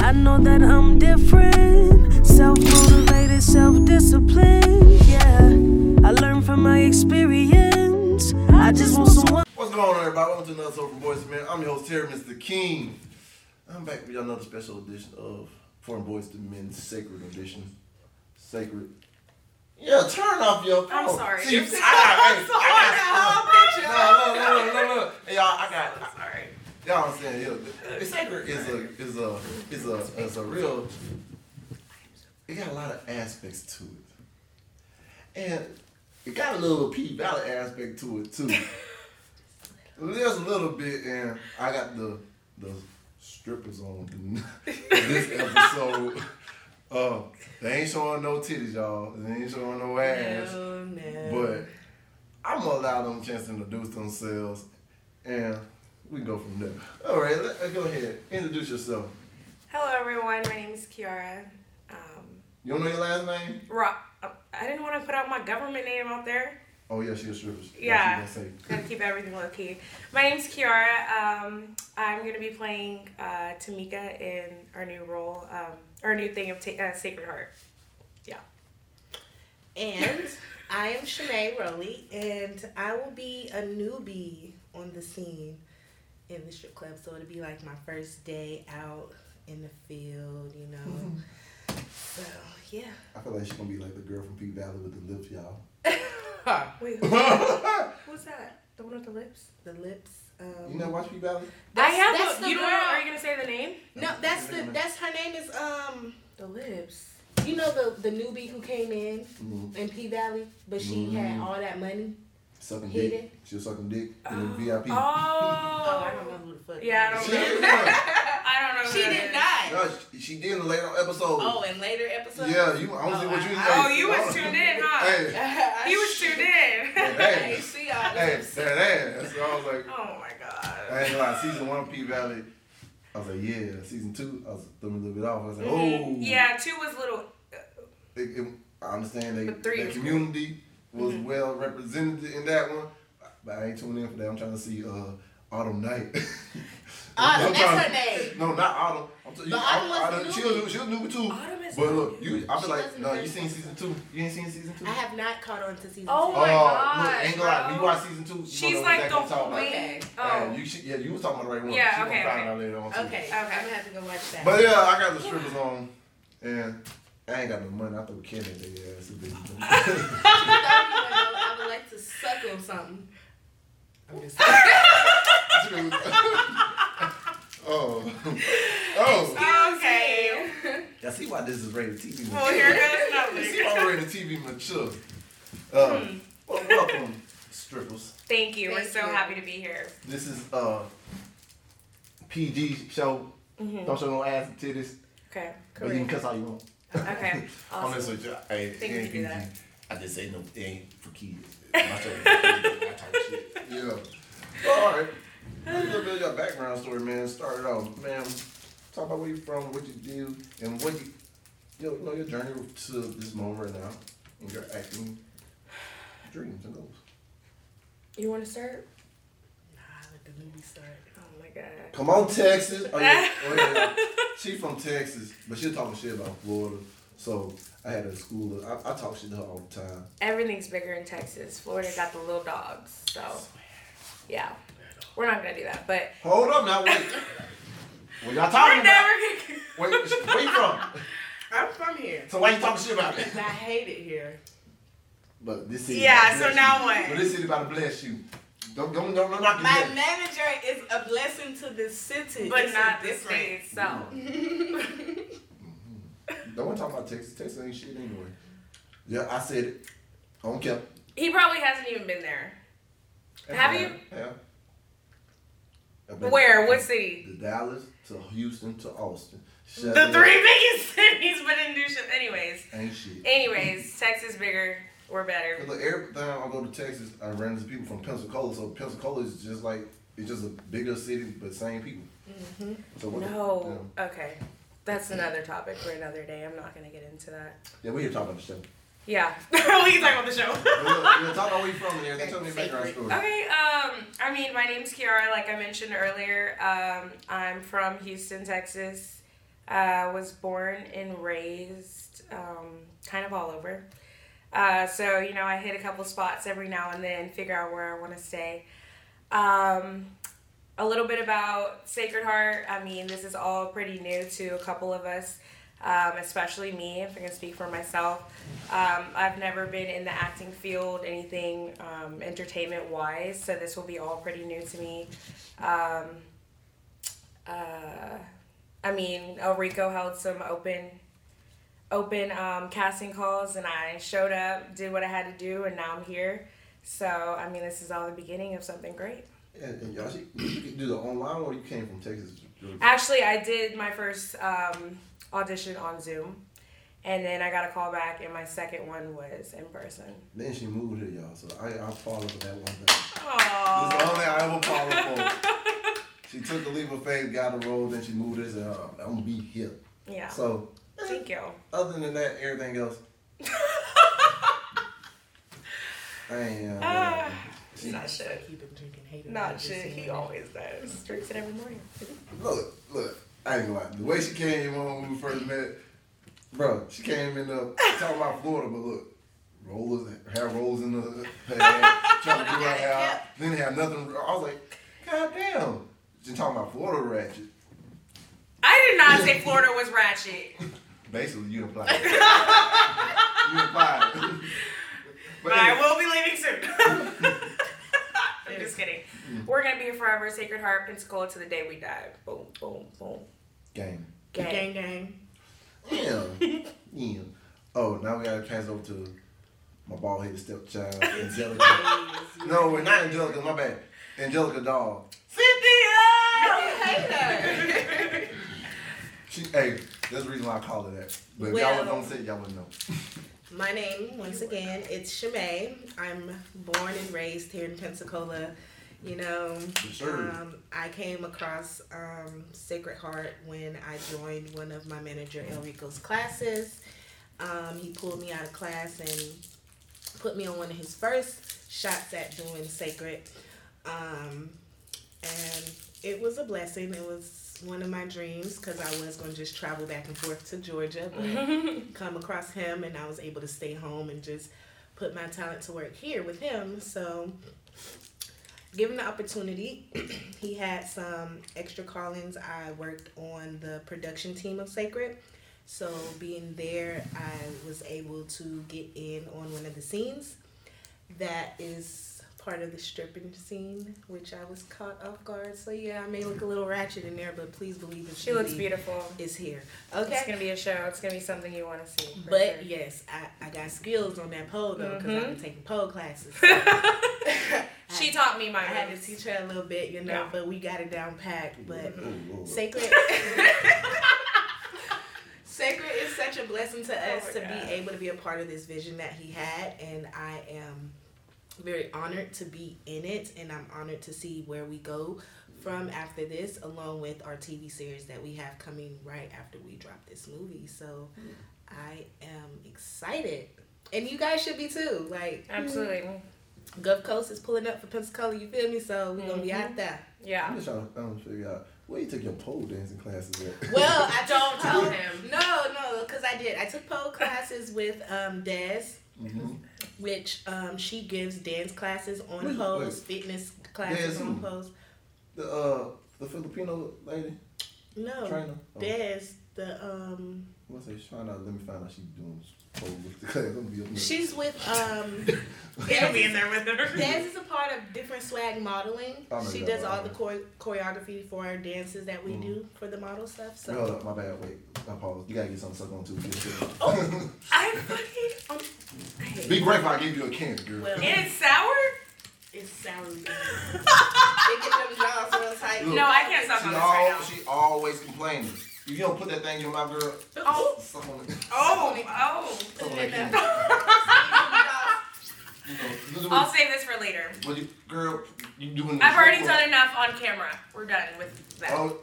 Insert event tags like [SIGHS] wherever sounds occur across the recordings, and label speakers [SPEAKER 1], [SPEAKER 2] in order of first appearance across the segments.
[SPEAKER 1] I know that I'm different. Self motivated, self disciplined. Yeah, I learned from my experience. I just want someone.
[SPEAKER 2] What's going on, everybody? Welcome to another show from Boys Man. I'm your host, Terry Mr. King. I'm back with another special edition of Foreign Boys to Men Sacred Edition. Sacred. Yeah, turn off your phone.
[SPEAKER 3] I'm sorry.
[SPEAKER 2] See,
[SPEAKER 3] It's- [LAUGHS]
[SPEAKER 2] I got,
[SPEAKER 3] I'm
[SPEAKER 2] I
[SPEAKER 3] sorry.
[SPEAKER 2] got, no, no, no, no, no. Hey, y'all, I got,
[SPEAKER 3] I'm sorry.
[SPEAKER 2] Y'all know what I'm saying? Yeah, the sacred is a is a is a is a real. It got a lot of aspects to it, and it got a little P Valley aspect to it too. There's a little bit, and I got the the strippers on [LAUGHS] this episode. Uh, they ain't showing no titties, y'all. They ain't showing no ass.
[SPEAKER 3] No, no.
[SPEAKER 2] But I'm gonna allow them a chance to introduce themselves, and we can go from there. All right, let, uh, go ahead. Introduce yourself.
[SPEAKER 3] Hello, everyone. My name is Kiara. Um,
[SPEAKER 2] You don't know your last name?
[SPEAKER 3] Ro- uh, I didn't want to put out my government name out there.
[SPEAKER 2] Oh yeah, she a stripper. That's what you
[SPEAKER 3] Yeah.
[SPEAKER 2] gonna say. [LAUGHS]
[SPEAKER 3] Gotta keep everything low key. My name's Kiara. Um, I'm gonna be playing uh, Tamika in our new role, um, our new thing of ta- uh, Sacred Heart.
[SPEAKER 4] And I am Shanae Rowley, and I will be a newbie on the scene in the strip club. So it'll be like my first day out in the field, you know.
[SPEAKER 3] Mm-hmm.
[SPEAKER 4] so yeah.
[SPEAKER 2] I feel like she's gonna be like the girl from Peak Valley with the lips, y'all.
[SPEAKER 3] Wait, who, who's that? The one with the lips?
[SPEAKER 4] the lips. Um,
[SPEAKER 2] you never watch Peak Valley?
[SPEAKER 3] I
[SPEAKER 4] that's-
[SPEAKER 3] have.
[SPEAKER 4] that's
[SPEAKER 3] a-
[SPEAKER 4] the
[SPEAKER 3] you know
[SPEAKER 4] girl-
[SPEAKER 3] what? Are you gonna say the name?
[SPEAKER 4] No, that's the that's her name is um
[SPEAKER 3] The lips.
[SPEAKER 4] you know the the newbie who came in
[SPEAKER 2] Mm-hmm.
[SPEAKER 4] in P Valley, but she had all that money.
[SPEAKER 2] Sucking
[SPEAKER 4] Hit
[SPEAKER 2] dick.
[SPEAKER 4] it.
[SPEAKER 2] She was sucking dick in the VIP. [LAUGHS]
[SPEAKER 3] Oh.
[SPEAKER 4] Oh, I don't know who the fuck.
[SPEAKER 3] Yeah, I
[SPEAKER 4] that
[SPEAKER 3] don't
[SPEAKER 4] is.
[SPEAKER 2] She
[SPEAKER 3] know.
[SPEAKER 2] did not.
[SPEAKER 3] I don't know. who
[SPEAKER 4] She
[SPEAKER 3] that
[SPEAKER 4] did
[SPEAKER 3] is.
[SPEAKER 4] not.
[SPEAKER 2] No, she, she did in the later episode.
[SPEAKER 4] Oh, in later episodes.
[SPEAKER 2] yeah, you. I don't see
[SPEAKER 4] Oh,
[SPEAKER 2] what [LAUGHS] you.
[SPEAKER 4] I-
[SPEAKER 3] Oh,
[SPEAKER 2] hey,
[SPEAKER 3] you was tuned in, huh?
[SPEAKER 2] Hey,
[SPEAKER 3] [LAUGHS] He was tuned in.
[SPEAKER 2] that
[SPEAKER 3] [LAUGHS]
[SPEAKER 4] I
[SPEAKER 2] ass.
[SPEAKER 4] see all
[SPEAKER 2] Hey,
[SPEAKER 4] this.
[SPEAKER 2] that ass. So I was like,
[SPEAKER 3] Oh my god.
[SPEAKER 2] I ain't gonna lie, season one P Valley, I was like, yeah. Season two, I was throwing a little bit off. I was like, oh,
[SPEAKER 3] Mhm. Yeah, two was little.
[SPEAKER 2] It, it, I understand they,
[SPEAKER 3] But three Mm-hmm.
[SPEAKER 2] the
[SPEAKER 3] was
[SPEAKER 2] community was well represented in that one, but I ain't tuning in for that. I'm trying to see uh, Autumn [LAUGHS] Night.
[SPEAKER 4] Autumn,
[SPEAKER 2] I'm
[SPEAKER 4] Uh, that's
[SPEAKER 2] trying-
[SPEAKER 4] her name.
[SPEAKER 2] No, not Autumn. I'm t-
[SPEAKER 4] But Autumn was the
[SPEAKER 2] she,
[SPEAKER 4] newbie.
[SPEAKER 2] was, she was newbie too.
[SPEAKER 3] Autumn is
[SPEAKER 2] But look, you, I
[SPEAKER 4] She
[SPEAKER 2] feel like
[SPEAKER 4] wasn't
[SPEAKER 2] no,
[SPEAKER 4] the
[SPEAKER 2] you
[SPEAKER 4] first
[SPEAKER 2] seen
[SPEAKER 4] one.
[SPEAKER 2] season two. You ain't seen season two.
[SPEAKER 4] I have not caught on to season
[SPEAKER 3] Oh
[SPEAKER 4] two.
[SPEAKER 3] my
[SPEAKER 2] look,
[SPEAKER 3] gosh,
[SPEAKER 2] ain't gonna lie. When you
[SPEAKER 3] bro.
[SPEAKER 2] watch season two, you
[SPEAKER 3] She's
[SPEAKER 2] gonna know
[SPEAKER 3] like
[SPEAKER 2] exactly
[SPEAKER 3] the
[SPEAKER 2] what I'm talking about.
[SPEAKER 3] wing.
[SPEAKER 2] Yeah,
[SPEAKER 3] Oh.
[SPEAKER 2] you, should, yeah, you was talking about the right one.
[SPEAKER 3] Yeah,
[SPEAKER 2] She gonna
[SPEAKER 3] okay,
[SPEAKER 2] find
[SPEAKER 3] okay.
[SPEAKER 2] out later on. too.
[SPEAKER 4] Okay, okay. I'm gonna have to go watch that.
[SPEAKER 2] But yeah, I got the strippers on, and I ain't got no money. I throw candy at their ass. if they-
[SPEAKER 4] I would like to suck on something. I'm just saying.
[SPEAKER 2] [LAUGHS] oh, oh!
[SPEAKER 4] [LAUGHS]
[SPEAKER 3] Okay.
[SPEAKER 2] I see why this is rated TV.
[SPEAKER 3] Well, Oh, here
[SPEAKER 2] mature.
[SPEAKER 3] goes
[SPEAKER 2] I see [LAUGHS]
[SPEAKER 3] nothing.
[SPEAKER 2] why we're rated TV mature. Um, well, welcome, strippers.
[SPEAKER 3] Thank you. We're
[SPEAKER 4] Thank
[SPEAKER 3] so
[SPEAKER 4] you.
[SPEAKER 3] happy to be here.
[SPEAKER 2] This is uh PG show. Don't show no ass and titties,
[SPEAKER 3] Okay.
[SPEAKER 2] but you can
[SPEAKER 3] Correct.
[SPEAKER 2] cuss all you want. [LAUGHS]
[SPEAKER 3] Okay.
[SPEAKER 2] I'm just
[SPEAKER 3] Awesome.
[SPEAKER 2] with you. I ain't,
[SPEAKER 3] Think we
[SPEAKER 2] ain't
[SPEAKER 3] can do
[SPEAKER 2] PG.
[SPEAKER 3] that.
[SPEAKER 2] I just say no. It ain't for
[SPEAKER 3] [LAUGHS]
[SPEAKER 2] kids. My show is that type of shit. Yeah. Well, all right. Let's do a bit of your background story, man. Start it off, man. Talk about where you from, what you do, and what you, you know, your journey to this moment right now, and your acting dreams and goals.
[SPEAKER 3] You want to start?
[SPEAKER 4] Nah, let the movie start.
[SPEAKER 3] Oh my god.
[SPEAKER 2] Come on, Texas. Oh, yeah. Oh, yeah.
[SPEAKER 3] [LAUGHS]
[SPEAKER 2] She from Texas, but she talking shit about Florida. So I had a school. I, I talk shit to her all the time.
[SPEAKER 3] Everything's bigger in Texas. Florida got the little dogs. So, yeah. We're not gonna do that. But
[SPEAKER 2] Hold up now, wait. What y'all
[SPEAKER 3] we're
[SPEAKER 2] talking about?
[SPEAKER 3] never gonna.
[SPEAKER 2] Wait, where you from?
[SPEAKER 4] I'm from here.
[SPEAKER 2] So why you talking shit about me?
[SPEAKER 4] I hate it here.
[SPEAKER 2] But this city.
[SPEAKER 3] Yeah,
[SPEAKER 2] about to
[SPEAKER 3] so
[SPEAKER 2] bless
[SPEAKER 3] now
[SPEAKER 2] you.
[SPEAKER 3] what?
[SPEAKER 2] But this city about to bless you. Don't don't don't, don't knock it.
[SPEAKER 4] My
[SPEAKER 2] yet.
[SPEAKER 4] manager is a blessing to this city.
[SPEAKER 3] But
[SPEAKER 4] It's a
[SPEAKER 3] not this
[SPEAKER 4] different-
[SPEAKER 3] state. So.
[SPEAKER 4] [LAUGHS]
[SPEAKER 2] Don't want to talk about Texas. Texas ain't shit anyway. Yeah, I said it. I don't care.
[SPEAKER 3] He probably hasn't even been there. Have you?
[SPEAKER 2] Yeah. I've been-
[SPEAKER 3] Where? What city?
[SPEAKER 2] The Dallas to Houston to Austin. Shut
[SPEAKER 3] The
[SPEAKER 2] up.
[SPEAKER 3] three biggest [LAUGHS] cities, but in new shit. Anyways,
[SPEAKER 2] ain't shit.
[SPEAKER 3] anyways, Texas bigger, we're better.
[SPEAKER 2] And look, every time I go to Texas, I run into people from Pensacola. So Pensacola is just like it's just a bigger city, but same people. So what the-
[SPEAKER 3] No, okay, that's another topic for another day. I'm not gonna get into that.
[SPEAKER 2] yeah, yeah, we here talking about the show.
[SPEAKER 3] Yeah, [LAUGHS] we can talk about the show. [LAUGHS]
[SPEAKER 2] But look, yeah, talk about where you from and everything. Tell me your background story.
[SPEAKER 3] Okay, um, I mean, my name's Kiara, like I mentioned earlier. Um, I'm from Houston, Texas. Uh, was born and raised um, kind of all over. Uh, so, you know, I hit a couple spots every now and then, figure out where I want to stay. Um, a little bit about Sacred Heart. I mean, this is all pretty new to a couple of us, um, especially me, if I can speak for myself. Um, I've never been in the acting field, anything um, entertainment wise, so this will be all pretty new to me. Um, uh, I mean, El Rico held some open open um, casting calls and I showed up, did what I had to do, and now I'm here. So, I mean, this is all the beginning of something great.
[SPEAKER 2] And, and y'all, she- you can do the online or you came from Texas.
[SPEAKER 3] Actually, I did my first um, audition on Zoom, and then I got a call back, and my second one was in person.
[SPEAKER 2] Then she moved here, y'all. So I, I followed for that one thing. That's the
[SPEAKER 3] Aww.
[SPEAKER 2] only thing I ever followed for. she took a leap of faith, got a role, then she moved this, and uh, I'm gonna be here.
[SPEAKER 3] Yeah.
[SPEAKER 2] So,
[SPEAKER 3] Thank you.
[SPEAKER 2] other than that, everything else. I ain't. Uh, she-
[SPEAKER 3] [SIGHS] Not shit.
[SPEAKER 4] He been drinking hater.
[SPEAKER 3] Not
[SPEAKER 4] Just
[SPEAKER 3] shit.
[SPEAKER 4] saying
[SPEAKER 3] He
[SPEAKER 4] that.
[SPEAKER 3] always does. Drinks it every morning.
[SPEAKER 2] Look, look, I ain't gonna lie. The way she came when we first met, bro, she came in the talking about Florida, but look, rollers, hair rolls in the her hair, trying to do her hair, didn't have nothing. I was like, God damn. She talking about Florida ratchet.
[SPEAKER 3] I did not say Florida was ratchet.
[SPEAKER 2] Basically, you implied. it. you implied. it. but
[SPEAKER 3] But I
[SPEAKER 2] anyway,
[SPEAKER 3] will be leaving soon. I'm just kidding. We're gonna be here forever. Sacred Heart, Pensacola, to the day we die. Boom, boom, boom.
[SPEAKER 2] game.
[SPEAKER 3] Gang.
[SPEAKER 4] Gang, gang.
[SPEAKER 2] Damn.
[SPEAKER 4] [LAUGHS]
[SPEAKER 2] yeah. Oh, now we gotta pass over to my bald headed stepchild,
[SPEAKER 4] [LAUGHS]
[SPEAKER 2] Angelica. no, we're not Angelica, my bad. Angelica doll.
[SPEAKER 3] Cynthia!
[SPEAKER 2] She hey, that's the reason why I call her that. But if y'all
[SPEAKER 4] Well-
[SPEAKER 2] was on set, y'all wouldn't know.
[SPEAKER 4] My name, once again, it's Shimei. I'm born and raised here in Pensacola. You know,
[SPEAKER 2] Yes, sir.
[SPEAKER 4] um, I came across um, Sacred Heart when I joined one of my manager Enrico's classes. Um, he pulled me out of class and put me on one of his first shots at doing Sacred. Um, and it was a blessing. It was one of my dreams because I was going to just travel back and forth to Georgia, but come across him and I was able to stay home and just put my talent to work here with him. So, given the opportunity, [CLEARS THROAT] he had some extra call ins. I worked on the production team of Sacred. So, being there, I was able to get in on one of the scenes that is part of the stripping scene, which I was caught off guard. So, yeah, I may look a little ratchet in there, but please believe that
[SPEAKER 3] she looks beautiful.
[SPEAKER 4] Is here. Okay.
[SPEAKER 3] It's gonna be a show. It's gonna be something you want to see. for
[SPEAKER 4] But
[SPEAKER 3] sure. Mm-hmm.
[SPEAKER 4] yes, I, I got skills on that pole though because I've been taking pole classes.
[SPEAKER 3] [LAUGHS] she taught me my.
[SPEAKER 4] I had to teach her a little bit, you know,
[SPEAKER 3] Yeah. Mm-hmm.
[SPEAKER 4] but we got it down packed. But
[SPEAKER 2] Oh, Lord.
[SPEAKER 3] [LAUGHS]
[SPEAKER 4] sacred, sacred is such a blessing to
[SPEAKER 3] Oh
[SPEAKER 4] us
[SPEAKER 3] my
[SPEAKER 4] to
[SPEAKER 3] God.
[SPEAKER 4] be able to be a part of this vision that he had, and I am very honored to be in it, and I'm honored to see where we go from after this, along with our TV series that we have coming right after we drop this movie. So I am excited. And you guys should be too. Like
[SPEAKER 3] Absolutely.
[SPEAKER 4] Mm-hmm. Gulf Coast is pulling up for Pensacola, you feel me? So we're gonna be
[SPEAKER 3] Mm-hmm.
[SPEAKER 4] out there.
[SPEAKER 2] I'm
[SPEAKER 3] Yeah.
[SPEAKER 2] just trying to um, figure out where you took your pole dancing classes at. [LAUGHS]
[SPEAKER 4] [LAUGHS] Well, I
[SPEAKER 3] Don't
[SPEAKER 4] don't
[SPEAKER 3] tell
[SPEAKER 4] pole.
[SPEAKER 3] him.
[SPEAKER 4] No, no, because I did. I took pole classes with um Des,
[SPEAKER 2] Mhm.
[SPEAKER 4] which um she gives dance classes on
[SPEAKER 2] Wait,
[SPEAKER 4] poles, fitness classes
[SPEAKER 2] Des
[SPEAKER 4] on
[SPEAKER 2] who?
[SPEAKER 4] poles.
[SPEAKER 2] The uh the Filipino lady
[SPEAKER 4] No,
[SPEAKER 2] trainer. Oh,
[SPEAKER 4] Des, the um,
[SPEAKER 2] What's her? She's trying out. Let me find out she's doing pole with the class. I'm gonna be up there.
[SPEAKER 4] she's with
[SPEAKER 2] [LAUGHS]
[SPEAKER 4] um.
[SPEAKER 3] It'll be in there with her.
[SPEAKER 4] Dez is a part of different swag modeling.
[SPEAKER 2] Oh, no,
[SPEAKER 4] she
[SPEAKER 2] no,
[SPEAKER 4] does
[SPEAKER 2] no,
[SPEAKER 4] all
[SPEAKER 2] no.
[SPEAKER 4] the chore- choreography for our dances that we
[SPEAKER 2] Mm-hmm.
[SPEAKER 4] do for the model stuff.
[SPEAKER 2] Wait, hold
[SPEAKER 4] So
[SPEAKER 2] up, my bad. Wait, I paused. You gotta get something suck on too.
[SPEAKER 4] Oh.
[SPEAKER 2] [LAUGHS]
[SPEAKER 3] I fucking. Um, I hate
[SPEAKER 2] be grateful I gave you a candy, girl.
[SPEAKER 4] Well-
[SPEAKER 3] it. And it's
[SPEAKER 4] [LAUGHS]
[SPEAKER 3] sour.
[SPEAKER 4] it's salary. they get them jaws real tight.
[SPEAKER 2] Look,
[SPEAKER 3] No, I can't suck
[SPEAKER 2] she,
[SPEAKER 3] on
[SPEAKER 2] al-
[SPEAKER 3] this right now.
[SPEAKER 2] she always complaining. If you don't put that thing in your mouth, girl,
[SPEAKER 3] Oh.
[SPEAKER 2] suck on it.
[SPEAKER 3] Oh. Oh.
[SPEAKER 2] Suck on that
[SPEAKER 4] [LAUGHS]
[SPEAKER 2] candy.
[SPEAKER 3] [LAUGHS]
[SPEAKER 2] You know, you know,
[SPEAKER 3] I'll save this for later.
[SPEAKER 2] Well, you, girl, you doing?
[SPEAKER 3] I've already done enough on camera. We're done with that.
[SPEAKER 2] Oh,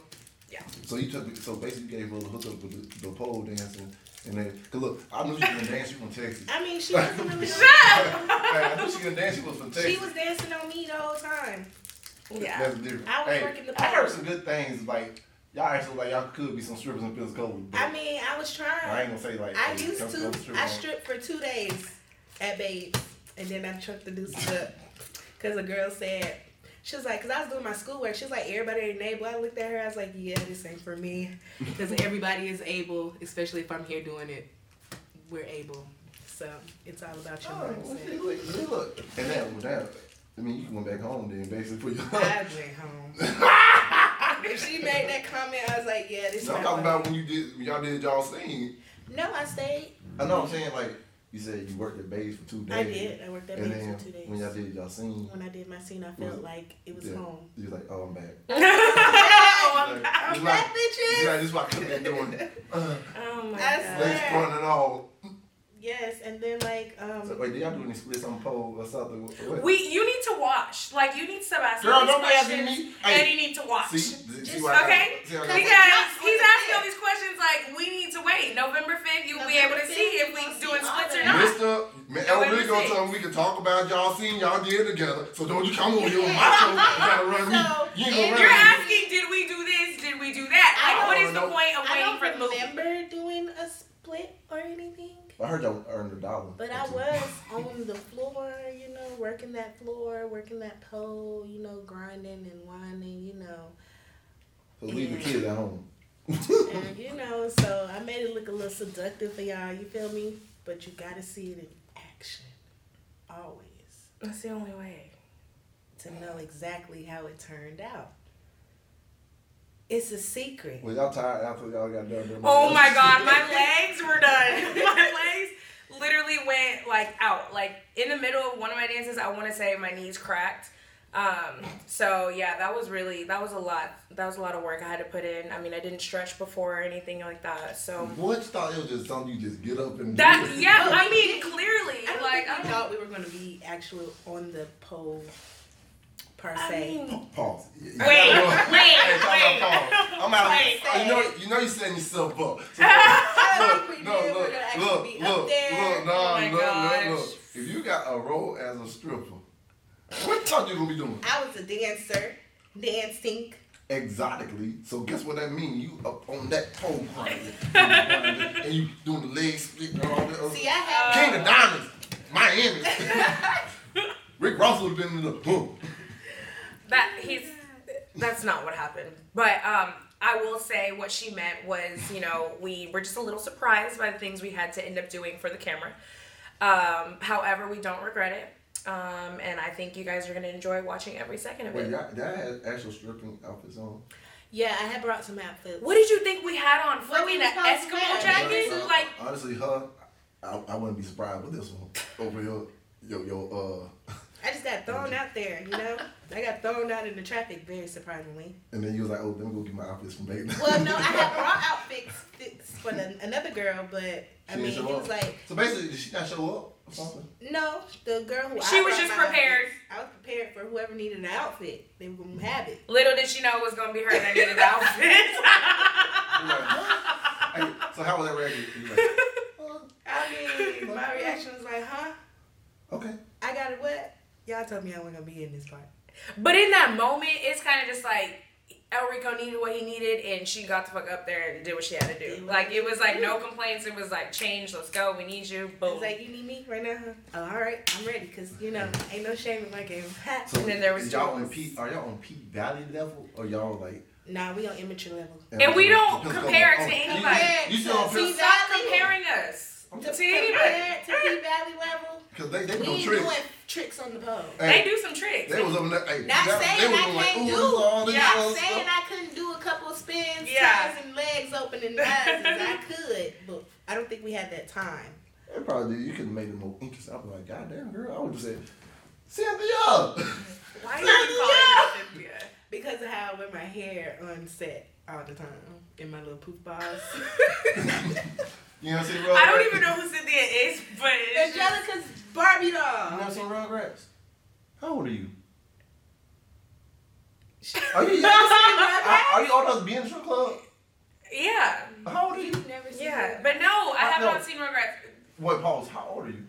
[SPEAKER 3] Yeah.
[SPEAKER 2] So you took, so basically you gave her the hookup with the, the pole dancing, and then, cause look, I knew she was gonna dance. She from
[SPEAKER 4] [LAUGHS]
[SPEAKER 2] Texas. [LAUGHS]
[SPEAKER 4] I mean, she wasn't really.
[SPEAKER 2] Hey, I knew she was gonna dance. She was from Texas.
[SPEAKER 4] she was dancing on me the whole time.
[SPEAKER 3] Yeah.
[SPEAKER 2] That's different.
[SPEAKER 4] I was
[SPEAKER 2] hey,
[SPEAKER 4] working the
[SPEAKER 2] I
[SPEAKER 4] pole.
[SPEAKER 2] heard some good things like Y'all actually like y'all could be some strippers in Pensacola. but
[SPEAKER 4] I mean, I was trying.
[SPEAKER 2] I ain't gonna say like
[SPEAKER 4] I
[SPEAKER 2] hey,
[SPEAKER 4] used
[SPEAKER 2] come
[SPEAKER 4] to.
[SPEAKER 2] go strip
[SPEAKER 4] I
[SPEAKER 2] on-
[SPEAKER 4] stripped for two days at Babe, and then I chucked the deuces up because a girl said she was like, because I was doing my schoolwork. She was like, everybody ain't able. I looked at her. I was like, yeah, this ain't for me
[SPEAKER 2] [LAUGHS]
[SPEAKER 4] because everybody is able, especially if I'm here doing it. We're able, so it's all about your
[SPEAKER 2] Oh, well, see,
[SPEAKER 4] mindset.
[SPEAKER 2] look, see, look, and that was that. I mean, you can go back home then, basically. For your [LAUGHS]
[SPEAKER 4] [LAUGHS] I went home. if she made that comment, I was like, yeah, this.
[SPEAKER 2] So I'm
[SPEAKER 4] not
[SPEAKER 2] talking
[SPEAKER 4] for me.
[SPEAKER 2] about when you did, when y'all did y'all scene.
[SPEAKER 4] No, I stayed.
[SPEAKER 2] I know what I'm saying like you said you worked at Bays for two days.
[SPEAKER 4] I did. I worked at
[SPEAKER 2] and
[SPEAKER 4] Babe
[SPEAKER 2] then
[SPEAKER 4] for two days.
[SPEAKER 2] when y'all did y'all scene,
[SPEAKER 4] When I did my scene, I
[SPEAKER 2] Was-
[SPEAKER 4] felt like it was
[SPEAKER 2] yeah,
[SPEAKER 4] home.
[SPEAKER 2] you was like, oh, I'm back.
[SPEAKER 3] oh,
[SPEAKER 2] Like,
[SPEAKER 3] I'm-
[SPEAKER 2] it's
[SPEAKER 4] [LAUGHS]
[SPEAKER 2] like,
[SPEAKER 4] I'm back, bitches.
[SPEAKER 2] it's like, this is what I come back
[SPEAKER 4] [LAUGHS]
[SPEAKER 2] doing. Uh,
[SPEAKER 3] [LAUGHS] oh my
[SPEAKER 4] I
[SPEAKER 3] god.
[SPEAKER 2] legs front and all.
[SPEAKER 4] Yes, and then like um,
[SPEAKER 2] So, wait, did y'all do any splits on pole or something? What- what?
[SPEAKER 3] We, you need to watch. Like you need to ask
[SPEAKER 2] Girl,
[SPEAKER 3] all these
[SPEAKER 2] don't be asking
[SPEAKER 3] questions,
[SPEAKER 2] me.
[SPEAKER 3] and
[SPEAKER 2] Hey,
[SPEAKER 3] you need to watch.
[SPEAKER 2] see, see, see what I got-
[SPEAKER 3] Okay,
[SPEAKER 2] see what I
[SPEAKER 3] because he's
[SPEAKER 2] got-
[SPEAKER 3] asking all these questions. Like we need to wait. November fifth, you'll be able to
[SPEAKER 4] November
[SPEAKER 3] see
[SPEAKER 4] 5th,
[SPEAKER 3] if
[SPEAKER 4] you
[SPEAKER 3] we
[SPEAKER 4] gonna see
[SPEAKER 3] doing
[SPEAKER 4] all
[SPEAKER 3] splits or
[SPEAKER 4] that.
[SPEAKER 3] not.
[SPEAKER 2] Mister, man,
[SPEAKER 3] No,
[SPEAKER 2] I'm
[SPEAKER 3] wait
[SPEAKER 2] really
[SPEAKER 3] a
[SPEAKER 2] gonna
[SPEAKER 3] second.
[SPEAKER 2] tell him we can talk about y'all scene y'all did together. So don't you come on your
[SPEAKER 3] [LAUGHS]
[SPEAKER 2] macho and try to run
[SPEAKER 4] So,
[SPEAKER 2] me. You ain't gonna
[SPEAKER 4] if
[SPEAKER 2] run
[SPEAKER 3] You're
[SPEAKER 2] me.
[SPEAKER 3] asking, did we do this? Did we do that? Like,
[SPEAKER 4] I
[SPEAKER 3] what
[SPEAKER 2] don't
[SPEAKER 3] is the
[SPEAKER 2] know.
[SPEAKER 3] point of
[SPEAKER 4] I
[SPEAKER 3] waiting
[SPEAKER 4] don't
[SPEAKER 3] for the movie?
[SPEAKER 4] remember doing a split or anything,
[SPEAKER 2] I heard y'all earned a dollar.
[SPEAKER 4] but I was on the floor, you know, working that floor, working that pole, you know, grinding and whining, you know,
[SPEAKER 2] So leave the kids at
[SPEAKER 3] [LAUGHS]
[SPEAKER 2] home.
[SPEAKER 4] and you know, so I made it look a little seductive for y'all. You feel me? But you gotta see it in action, always,
[SPEAKER 3] That's the only way.
[SPEAKER 4] to know exactly how it turned out. It's a secret.
[SPEAKER 2] Was y'all tired after y'all got done? doing
[SPEAKER 3] Oh
[SPEAKER 2] that?
[SPEAKER 3] my god, my legs were done. [LAUGHS] My legs literally went like out. Like in the middle of one of my dances, I want to say my knees cracked. Um, so yeah, that was really that was a lot. That was a lot of work I had to put in. I mean, I didn't stretch before or anything like that. So
[SPEAKER 2] Boy, you thought it was just something you just get up and
[SPEAKER 3] [LAUGHS] that
[SPEAKER 2] do.
[SPEAKER 3] yeah, I mean clearly
[SPEAKER 4] I don't
[SPEAKER 3] like
[SPEAKER 4] think we
[SPEAKER 3] I don't.
[SPEAKER 4] thought we were going to be actual on the pole per
[SPEAKER 3] I
[SPEAKER 4] se.
[SPEAKER 3] mean,
[SPEAKER 2] Pause. Wait,
[SPEAKER 3] wait,
[SPEAKER 2] [LAUGHS] Hey, time out,
[SPEAKER 3] wait,
[SPEAKER 2] pause. I'm out.
[SPEAKER 3] Wait.
[SPEAKER 2] Of, you know, you know, you're setting
[SPEAKER 4] [LAUGHS]
[SPEAKER 2] yourself up. So,
[SPEAKER 4] I
[SPEAKER 2] look,
[SPEAKER 4] don't think we
[SPEAKER 2] no,
[SPEAKER 4] knew we were
[SPEAKER 2] look,
[SPEAKER 4] gonna actually
[SPEAKER 2] look,
[SPEAKER 4] be up
[SPEAKER 2] look,
[SPEAKER 4] there. Oh
[SPEAKER 2] look, no,
[SPEAKER 3] my
[SPEAKER 2] look, look, look.
[SPEAKER 3] gosh.
[SPEAKER 2] If you got a role as a stripper, what thought you gonna be doing?
[SPEAKER 4] I was a dancer, dancing.
[SPEAKER 2] Exotically. So guess what that means? You up on that pole
[SPEAKER 4] [LAUGHS]
[SPEAKER 2] grinding, and you doing the leg split and all that. other-
[SPEAKER 4] See, uh, I had
[SPEAKER 2] King of Diamonds, Miami.
[SPEAKER 4] [LAUGHS]
[SPEAKER 2] Rick Ross would have been in the boom.
[SPEAKER 3] that he's that's not what happened but um i will say what she meant was you know we were just a little surprised by the things we had to end up doing for the camera um however we don't regret it um and i think you guys are going to enjoy watching every second of
[SPEAKER 2] Wait,
[SPEAKER 3] it
[SPEAKER 2] y'all, that had actual stripping outfits on.
[SPEAKER 4] yeah, I had brought some outfits.
[SPEAKER 3] what did you think we had on
[SPEAKER 4] What
[SPEAKER 3] flipping
[SPEAKER 4] we
[SPEAKER 3] an
[SPEAKER 4] supposed to
[SPEAKER 3] eskimo
[SPEAKER 4] wear?
[SPEAKER 3] jacket
[SPEAKER 2] Honestly,
[SPEAKER 3] like
[SPEAKER 2] honestly, her, I, I wouldn't be surprised with this one over your your your uh, [LAUGHS]
[SPEAKER 4] I just got thrown out there, you know. I got thrown out in the traffic, very surprisingly.
[SPEAKER 2] and then you was like, oh, let me go get my outfits from Baby.
[SPEAKER 4] Well, no, I had [LAUGHS] brought outfits fits for the, another girl, but I
[SPEAKER 2] [LAUGHS] She didn't
[SPEAKER 4] mean,
[SPEAKER 2] show
[SPEAKER 4] it was
[SPEAKER 2] up.
[SPEAKER 4] like
[SPEAKER 2] so basically, did she not show up or
[SPEAKER 4] [LAUGHS]
[SPEAKER 2] something?
[SPEAKER 4] no, the girl who I
[SPEAKER 3] She was
[SPEAKER 4] brought
[SPEAKER 3] just
[SPEAKER 4] my
[SPEAKER 3] prepared.
[SPEAKER 4] outfits, I was prepared for whoever needed an outfit. They were gonna have it.
[SPEAKER 3] little did she know it was going to be her that needed the [LAUGHS] outfit
[SPEAKER 2] You like, huh? Hey, so how was that reaction? You like, "Uh,
[SPEAKER 4] I mean, my reaction was like, huh?
[SPEAKER 2] okay.
[SPEAKER 4] I got it what? Y'all told me I wasn't gonna be in this part.
[SPEAKER 3] But in that moment, it's kind of just like El Rico needed what he needed, and she got the fuck up there and did what she had to do. Like it was like no complaints. It was like change. Let's go. We need you. Boom.
[SPEAKER 4] It's like you need me right now, huh? Oh, all right, I'm ready, cause you know ain't no shame in my game.
[SPEAKER 2] So
[SPEAKER 3] And then there was
[SPEAKER 2] is y'all
[SPEAKER 3] two
[SPEAKER 2] on
[SPEAKER 3] of
[SPEAKER 2] P, are y'all on Peak Valley level or y'all like?
[SPEAKER 4] [LAUGHS] nah, we on immature level.
[SPEAKER 3] And we don't
[SPEAKER 2] Because-
[SPEAKER 3] compare it to
[SPEAKER 2] oh, you-
[SPEAKER 3] anybody.
[SPEAKER 2] You still on
[SPEAKER 4] See,
[SPEAKER 2] Peak?
[SPEAKER 3] Stop comparing us to anybody.
[SPEAKER 4] Compared [LAUGHS] to P Valley level,
[SPEAKER 2] Because they they
[SPEAKER 4] we
[SPEAKER 2] do
[SPEAKER 4] ain't
[SPEAKER 2] tricks.
[SPEAKER 4] doing tricks on the pole.
[SPEAKER 3] They
[SPEAKER 2] Hey,
[SPEAKER 3] do some tricks.
[SPEAKER 2] They was over there. Hey,
[SPEAKER 4] Not
[SPEAKER 2] that- they
[SPEAKER 4] saying
[SPEAKER 2] was
[SPEAKER 4] I
[SPEAKER 2] over like,
[SPEAKER 4] can't
[SPEAKER 2] ooh,
[SPEAKER 4] do.
[SPEAKER 2] this all this
[SPEAKER 3] Not
[SPEAKER 2] other
[SPEAKER 4] Not
[SPEAKER 2] stuff.
[SPEAKER 4] saying I couldn't do a couple spins,
[SPEAKER 3] Yeah.
[SPEAKER 4] ties, and legs open
[SPEAKER 3] [LAUGHS]
[SPEAKER 4] and nines. as I could, but I don't think we had that time.
[SPEAKER 2] It probably did. You could have made it more interesting. I'd be like, God damn, girl. I would have said, Cynthia.
[SPEAKER 3] Why are you calling her Cynthia?
[SPEAKER 4] Because of how I wear my hair on set all the time in my little poof balls.
[SPEAKER 2] [LAUGHS]
[SPEAKER 3] [LAUGHS]
[SPEAKER 2] You know what I'm saying?
[SPEAKER 3] I don't even know who Cynthia is, but
[SPEAKER 4] [LAUGHS]
[SPEAKER 3] it's just,
[SPEAKER 4] Angelica's Barbie
[SPEAKER 2] You know
[SPEAKER 4] doll.
[SPEAKER 2] what I'm saying? Rugrats. How
[SPEAKER 3] [LAUGHS]
[SPEAKER 2] old are you? Are you, young?
[SPEAKER 3] [LAUGHS]
[SPEAKER 2] are, are you old enough to be in the strip club?
[SPEAKER 3] yeah,
[SPEAKER 2] How old are you?
[SPEAKER 4] never seen
[SPEAKER 3] yeah. But no, I
[SPEAKER 2] Uh,
[SPEAKER 3] have
[SPEAKER 2] no.
[SPEAKER 3] not seen Rugrats. [LAUGHS]
[SPEAKER 2] Wait, pause. How old are you?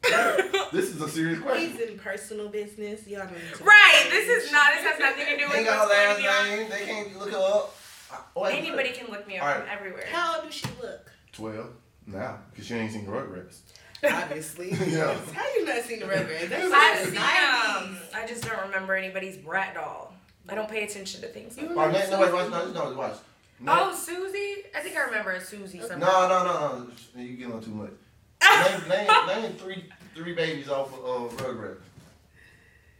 [SPEAKER 2] this is is a serious question.
[SPEAKER 4] He's in personal business. Y'all don't need to
[SPEAKER 3] Right. This is not. This has nothing to do
[SPEAKER 2] Ain't
[SPEAKER 3] with
[SPEAKER 2] got
[SPEAKER 3] what's
[SPEAKER 2] a last
[SPEAKER 3] going on.
[SPEAKER 2] name. They can't look her up. I- oh, I-
[SPEAKER 3] Anybody can look me up
[SPEAKER 2] Alright.
[SPEAKER 3] from everywhere.
[SPEAKER 4] How old does she look?
[SPEAKER 2] Twelve. Now, because you ain't seen Rugrats.
[SPEAKER 4] Obviously.
[SPEAKER 2] Yeah.
[SPEAKER 4] How you not seen the Rugrats?
[SPEAKER 3] I've
[SPEAKER 4] That's like
[SPEAKER 3] seen
[SPEAKER 4] 90s.
[SPEAKER 3] them. um, I just don't remember anybody's brat doll. I don't pay attention to things. Like
[SPEAKER 4] You
[SPEAKER 3] that.
[SPEAKER 2] Oh, no, no, wait, watch, no, no, watch.
[SPEAKER 3] Oh, Susie. I think I remember a Susie.
[SPEAKER 2] No,
[SPEAKER 3] Somewhere.
[SPEAKER 2] no, no, no. You getting on too much. Name,
[SPEAKER 3] [LAUGHS]
[SPEAKER 2] name, name three, three babies off of uh, Rugrats.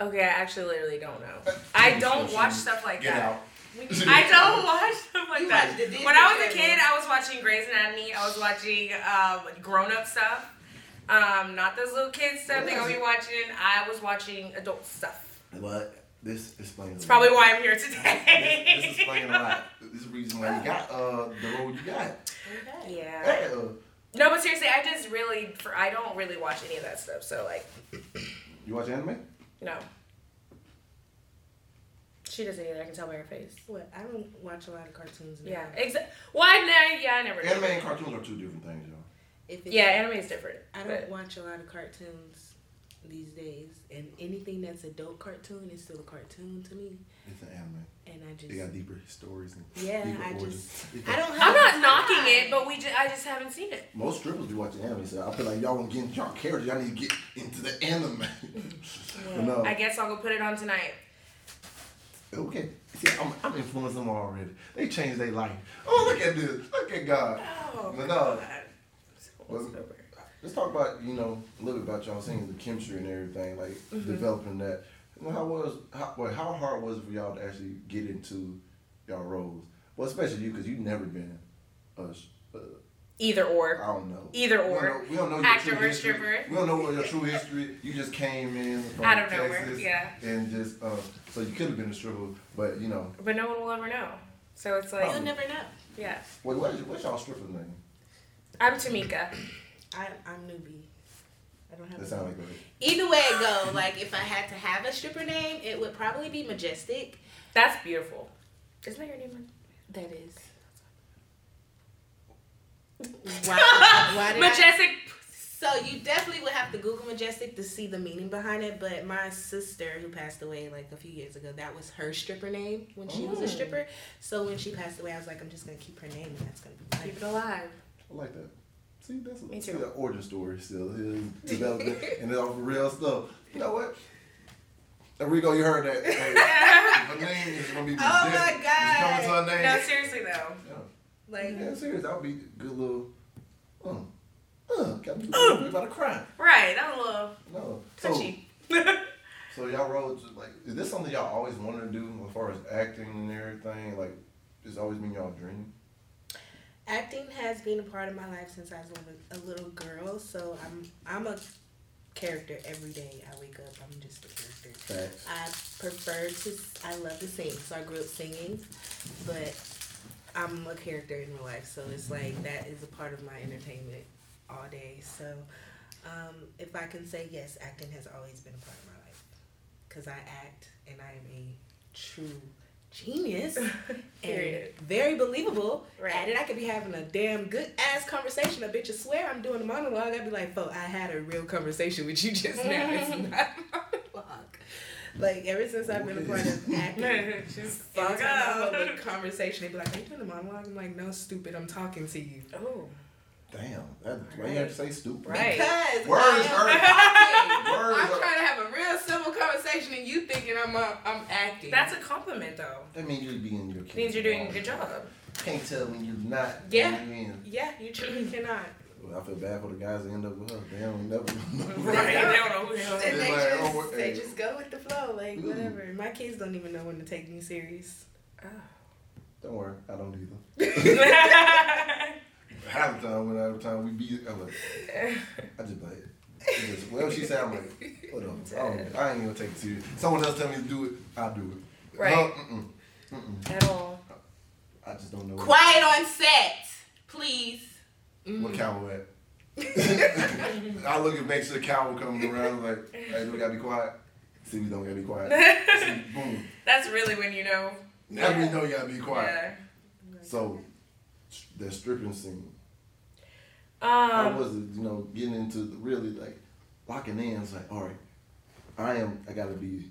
[SPEAKER 3] Okay, I actually literally don't know. I don't watch stuff like
[SPEAKER 2] Get
[SPEAKER 3] that.
[SPEAKER 2] out.
[SPEAKER 3] I don't watch stuff like
[SPEAKER 4] You
[SPEAKER 3] that.
[SPEAKER 4] watch the Disney
[SPEAKER 3] when I was a
[SPEAKER 4] Channel.
[SPEAKER 3] kid, I was watching Grey's Anatomy. I was watching um, grown up stuff. Um, not those little kids stuff they gonna be watching. I was watching adult stuff.
[SPEAKER 2] But this explains.
[SPEAKER 3] It's probably why I'm here
[SPEAKER 2] This, this
[SPEAKER 3] today. [LAUGHS]
[SPEAKER 2] explains a lot. This is the reason why you got uh the role you got. uh,
[SPEAKER 4] Okay.
[SPEAKER 3] yeah.
[SPEAKER 2] Yeah.
[SPEAKER 3] No, but seriously, I just really for I don't really watch any of that stuff. So like,
[SPEAKER 2] You watch anime?
[SPEAKER 3] no. She doesn't either. I can tell by her face.
[SPEAKER 4] What? I don't watch a lot of cartoons. now.
[SPEAKER 3] Yeah. Exa- why? Well, yeah, I never.
[SPEAKER 2] Anime
[SPEAKER 3] Did.
[SPEAKER 2] and cartoons are two different things, y'all.
[SPEAKER 4] If it's,
[SPEAKER 3] Yeah, anime is different.
[SPEAKER 4] I
[SPEAKER 3] but-
[SPEAKER 4] don't watch a lot of cartoons these days, and anything that's adult cartoon is still a cartoon to me.
[SPEAKER 2] It's an anime.
[SPEAKER 4] And I just
[SPEAKER 2] They got deeper stories and
[SPEAKER 4] Yeah,
[SPEAKER 2] deeper
[SPEAKER 4] I
[SPEAKER 2] origins.
[SPEAKER 4] I don't. Have
[SPEAKER 3] I'm not
[SPEAKER 4] time.
[SPEAKER 3] knocking it, but we just, I just haven't seen it.
[SPEAKER 2] Most strippers be watching anime, so I feel like y'all want to get into y'all character. Y'all need to get into the anime. [LAUGHS] But no,
[SPEAKER 3] I guess I'll go put it on tonight.
[SPEAKER 2] okay. See, I'm, I'm influencing them already. They changed their life. Oh, look at this. Look at God.
[SPEAKER 3] Oh,
[SPEAKER 2] But no.
[SPEAKER 3] God.
[SPEAKER 2] Well, Let's talk about you know a little bit about y'all singing the chemistry and everything, like developing that. You know, how was how well, how hard was it for y'all to actually get into y'all roles? Well, especially you because you've never been a sh- uh,
[SPEAKER 3] Either
[SPEAKER 2] I
[SPEAKER 3] or.
[SPEAKER 2] don't know We
[SPEAKER 3] Either
[SPEAKER 2] don't
[SPEAKER 3] or.
[SPEAKER 2] know- we don't know your
[SPEAKER 3] Actor
[SPEAKER 2] true
[SPEAKER 3] or
[SPEAKER 2] history.
[SPEAKER 3] stripper.
[SPEAKER 2] We don't know what your true history. You just came in from
[SPEAKER 3] Out of
[SPEAKER 2] Texas
[SPEAKER 3] nowhere, yeah.
[SPEAKER 2] and just uh, so you could have been a stripper, but you know
[SPEAKER 3] But no one will ever know. So it's like,
[SPEAKER 4] You'll never know.
[SPEAKER 3] yeah.
[SPEAKER 2] wait, what is, what's y'all stripper name?
[SPEAKER 3] I'm Tamika.
[SPEAKER 4] I, I'm newbie. I don't have.
[SPEAKER 2] That
[SPEAKER 4] a
[SPEAKER 2] sounds like a
[SPEAKER 4] Either way it go, like if I had to have a stripper name, it would probably be Majestic.
[SPEAKER 3] That's beautiful. Isn't that your name? hon?
[SPEAKER 4] That is. [LAUGHS] Why, why did I-
[SPEAKER 3] Majestic.
[SPEAKER 4] so you definitely would have to Google Majestic to see the meaning behind it. But my sister, who passed away like a few years ago, that was her stripper name when she was
[SPEAKER 3] Oh.
[SPEAKER 4] a stripper. So when she passed away, I was like, I'm just gonna keep her name. And that's gonna be
[SPEAKER 3] Keep it
[SPEAKER 4] like,
[SPEAKER 3] alive.
[SPEAKER 2] I like that. See, that's
[SPEAKER 3] Me
[SPEAKER 2] see
[SPEAKER 3] too.
[SPEAKER 2] the origin story still is developing and it's all real stuff. You know what? Uh, Rico, you heard that. Hey, her name is gonna be.
[SPEAKER 4] Oh my
[SPEAKER 2] Majestic. It's coming to her name.
[SPEAKER 3] No, seriously though.
[SPEAKER 4] like
[SPEAKER 3] Mm.
[SPEAKER 2] yeah, serious. That would be a good little. Uh, uh, got me uh. about to cry.
[SPEAKER 3] Right. That was a little
[SPEAKER 2] No. So,
[SPEAKER 3] touchy. [LAUGHS]
[SPEAKER 2] so y'all roads like is this something y'all always wanted to do as far as acting and everything? Like, it's always been y'all dream.
[SPEAKER 4] acting has been a part of my life since I was a little, a little girl. So I'm I'm a character every day. I wake up, I'm just a character.
[SPEAKER 2] Facts.
[SPEAKER 4] I prefer to. I love to sing, so I grew up singing, but I'm a character in real life, so it's like that is a part of my entertainment all day. So, um, if I can say yes, acting has always been a part of my life because I act and I am a true genius and
[SPEAKER 3] [LAUGHS] Period.
[SPEAKER 4] very believable.
[SPEAKER 3] Right.
[SPEAKER 4] At it, I could be having a damn good ass conversation. A bitch, I swear I'm doing a monologue. I'd be like, "Fo, I had a real conversation with you just
[SPEAKER 3] [LAUGHS]
[SPEAKER 4] now. It's not a monologue." Like ever since I've been a part
[SPEAKER 2] [LAUGHS]
[SPEAKER 4] of acting.
[SPEAKER 3] Just
[SPEAKER 4] Every
[SPEAKER 3] fuck
[SPEAKER 4] time I have
[SPEAKER 3] [LAUGHS]
[SPEAKER 4] a
[SPEAKER 3] up.
[SPEAKER 4] big conversation, they be like, "Are you doing a monologue?" I'm like, "No, stupid. I'm talking to you."
[SPEAKER 3] Oh.
[SPEAKER 2] Damn. That, Why you have to say stupid?
[SPEAKER 3] Right.
[SPEAKER 4] Because
[SPEAKER 2] Words
[SPEAKER 4] I
[SPEAKER 2] hurt.
[SPEAKER 4] am talking.
[SPEAKER 2] Words
[SPEAKER 4] I'm
[SPEAKER 2] hurt.
[SPEAKER 4] trying to have a real civil conversation, and you thinking I'm uh, I'm acting.
[SPEAKER 3] That's a compliment though.
[SPEAKER 2] That means you're being your.
[SPEAKER 3] Means you're doing a
[SPEAKER 2] character.
[SPEAKER 3] good job.
[SPEAKER 2] Can't tell when you're not.
[SPEAKER 4] Yeah.
[SPEAKER 2] when you're in.
[SPEAKER 4] yeah. You truly
[SPEAKER 2] [CLEARS THROAT]
[SPEAKER 4] cannot.
[SPEAKER 2] Well, I feel bad for the guys that end up with her. They don't never.
[SPEAKER 3] [LAUGHS] Right. They don't know who they are.
[SPEAKER 4] And they
[SPEAKER 2] Like,
[SPEAKER 4] just
[SPEAKER 2] oh,
[SPEAKER 4] they
[SPEAKER 2] hey.
[SPEAKER 4] just go with the flow, like
[SPEAKER 2] Mm.
[SPEAKER 4] whatever. My kids don't even know when to take me serious.
[SPEAKER 2] Don't worry, I don't either.
[SPEAKER 3] [LAUGHS]
[SPEAKER 2] Half the time, when half the time we be, I'm like, I just like, it just, whatever she said, I'm like, hold on, I, don't, I ain't gonna take it serious. Someone else tell me to do it, I'll do it.
[SPEAKER 3] Right.
[SPEAKER 2] No, mm-mm,
[SPEAKER 3] At all.
[SPEAKER 2] I just don't know what,
[SPEAKER 4] Quiet on set, [LAUGHS] please.
[SPEAKER 2] what cow we're at.
[SPEAKER 3] Mm.
[SPEAKER 2] [LAUGHS] I look and make sure the cow will come around. Like, hey, we gotta be quiet. See, we don't gotta be quiet. See, boom.
[SPEAKER 3] [LAUGHS] That's really when you know.
[SPEAKER 2] Now we know you gotta be quiet.
[SPEAKER 3] Yeah.
[SPEAKER 2] So, that stripping scene. How
[SPEAKER 3] Um,
[SPEAKER 2] was it, you know, getting into the, really like locking in is like, all right, I am. I gotta be.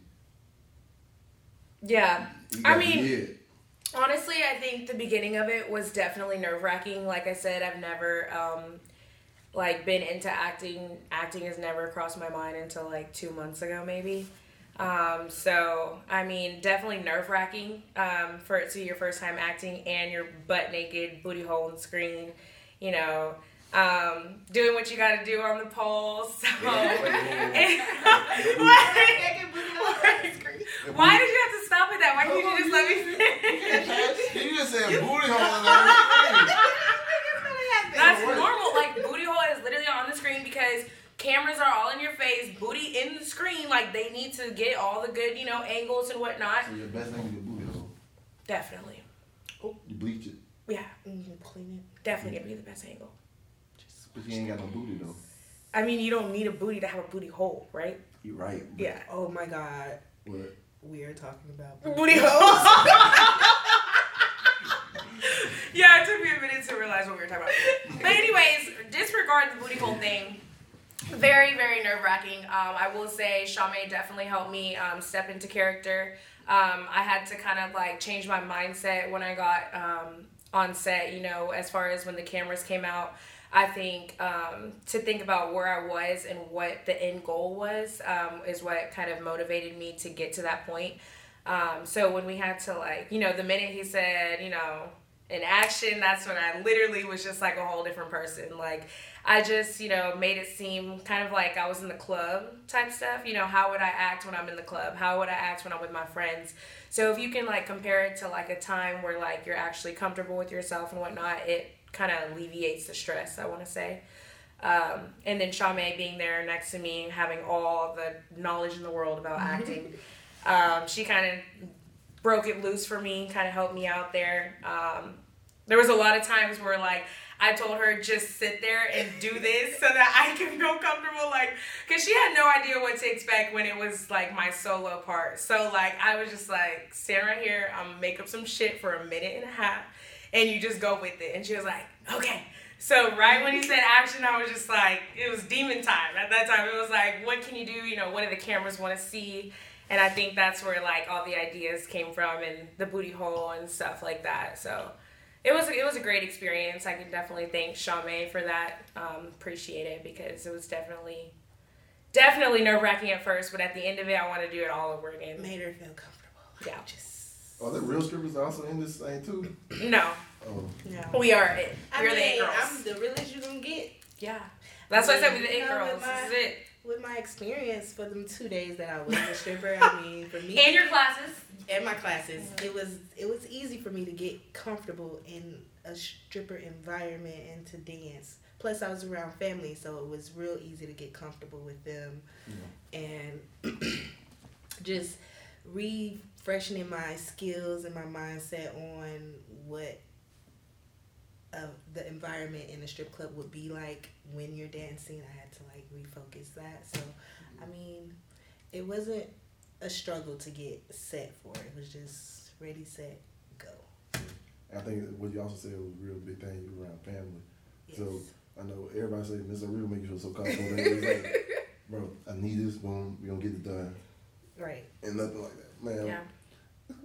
[SPEAKER 3] Yeah.
[SPEAKER 2] you
[SPEAKER 3] I
[SPEAKER 2] gotta be
[SPEAKER 3] mean, [LAUGHS]
[SPEAKER 2] it.
[SPEAKER 3] Honestly, I think the beginning of it was definitely nerve wracking. Like I said, I've never um, like been into acting. Acting has never crossed my mind until like two months ago, maybe. Um, so I mean, definitely nerve wracking um, for it to be your first time acting and you're butt naked, booty hole on screen. You know, um, doing what you got to do on the pole. So. [LAUGHS] Why- [LAUGHS] Why did you have to stop at that? Why didn't you just
[SPEAKER 2] [LAUGHS]
[SPEAKER 3] let me finish? [LAUGHS]
[SPEAKER 2] you just said booty hole and everything.
[SPEAKER 3] That's
[SPEAKER 2] Don't worry.
[SPEAKER 3] normal. Like booty hole is literally on the screen because cameras are all in your face, booty in the screen. Like they need to get all the good, you know, angles and whatnot.
[SPEAKER 2] So your best thing is your booty hole.
[SPEAKER 3] Definitely,
[SPEAKER 2] You bleach it,
[SPEAKER 3] yeah,
[SPEAKER 4] Clean
[SPEAKER 3] definitely gonna be the best angle.
[SPEAKER 2] but you ain't got no booty though.
[SPEAKER 3] I mean, you don't need a booty to have a booty hole, right?
[SPEAKER 2] You right. but
[SPEAKER 3] Yeah.
[SPEAKER 4] it. Oh my god,
[SPEAKER 2] What?
[SPEAKER 4] we are talking
[SPEAKER 3] [LAUGHS]
[SPEAKER 4] about
[SPEAKER 3] Booty holes. yeah, it took me a minute to realize what we were talking about. But anyways, disregard the booty hole thing. Very, very nerve wracking. Um, I will say, Shame definitely helped me um, step into character. Um, I had to kind of like change my mindset when I got um, on set. You know, as far as when the cameras came out, I think um, to think about where I was and what the end goal was um, is what kind of motivated me to get to that point. Um, so when we had to like, you know, the minute he said, you know, in action, that's when I literally was just like a whole different person. Like I just, you know, made it seem kind of like I was in the club type stuff. You know, how would I act when I'm in the club? How would I act when I'm with my friends? So if you can like compare it to like a time where like you're actually comfortable with yourself and whatnot, it kind of alleviates the stress. I want to say. Um, and then Shame being there next to me, having all the knowledge in the world about acting, um, she kind of broke it loose for me, kind of helped me out there. Um, there was a lot of times where like I told her just sit there and do this so that I can feel comfortable, like, cause she had no idea what to expect when it was like my solo part. So like I was just like stand right here, I'm gonna make up some shit for a minute and a half, and you just go with it. And she was like, okay. So right when he said action, I was just like, it was demon time at that time. It was like, what can you do? You know, what do the cameras want to see? And I think that's where like all the ideas came from and the booty hole and stuff like that. So it was it was a great experience. I can definitely thank Shame for that. Um, appreciate it because it was definitely definitely nerve wracking at first, but at the end of it, I want to do it all over again.
[SPEAKER 4] made her feel comfortable.
[SPEAKER 3] Yeah.
[SPEAKER 4] Just
[SPEAKER 2] Are there oh, real strippers also in this thing too?
[SPEAKER 3] No,
[SPEAKER 2] Oh,
[SPEAKER 4] no.
[SPEAKER 3] we are it.
[SPEAKER 4] I
[SPEAKER 3] We're
[SPEAKER 4] mean,
[SPEAKER 3] the it girls.
[SPEAKER 4] I'm the realest you can get
[SPEAKER 3] yeah, that's why I said we're the
[SPEAKER 4] No,
[SPEAKER 3] it girls.
[SPEAKER 4] with my-
[SPEAKER 3] This is it.
[SPEAKER 4] with my experience for them two days that I was a stripper. I mean, for me
[SPEAKER 3] [LAUGHS] And your classes.
[SPEAKER 4] and my classes, it was it was easy for me to get comfortable in a stripper environment and to dance. Plus, I was around family, so it was real easy to get comfortable with them, and [CLEARS THROAT] just refreshing my skills and my mindset on what of the environment in a strip club would be like when you're dancing. I had to like refocus that. So, I mean, it wasn't a struggle to get set for. It was just ready, set, go.
[SPEAKER 2] I think what you also said was a real big thing. You around family.
[SPEAKER 4] Yes. [LAUGHS]
[SPEAKER 2] So I know everybody say Mr. Real make you feel so comfortable. that it's like, bro, I need this. Boom, we gonna get it done,
[SPEAKER 4] right.
[SPEAKER 2] and nothing like that, man.
[SPEAKER 3] Yeah.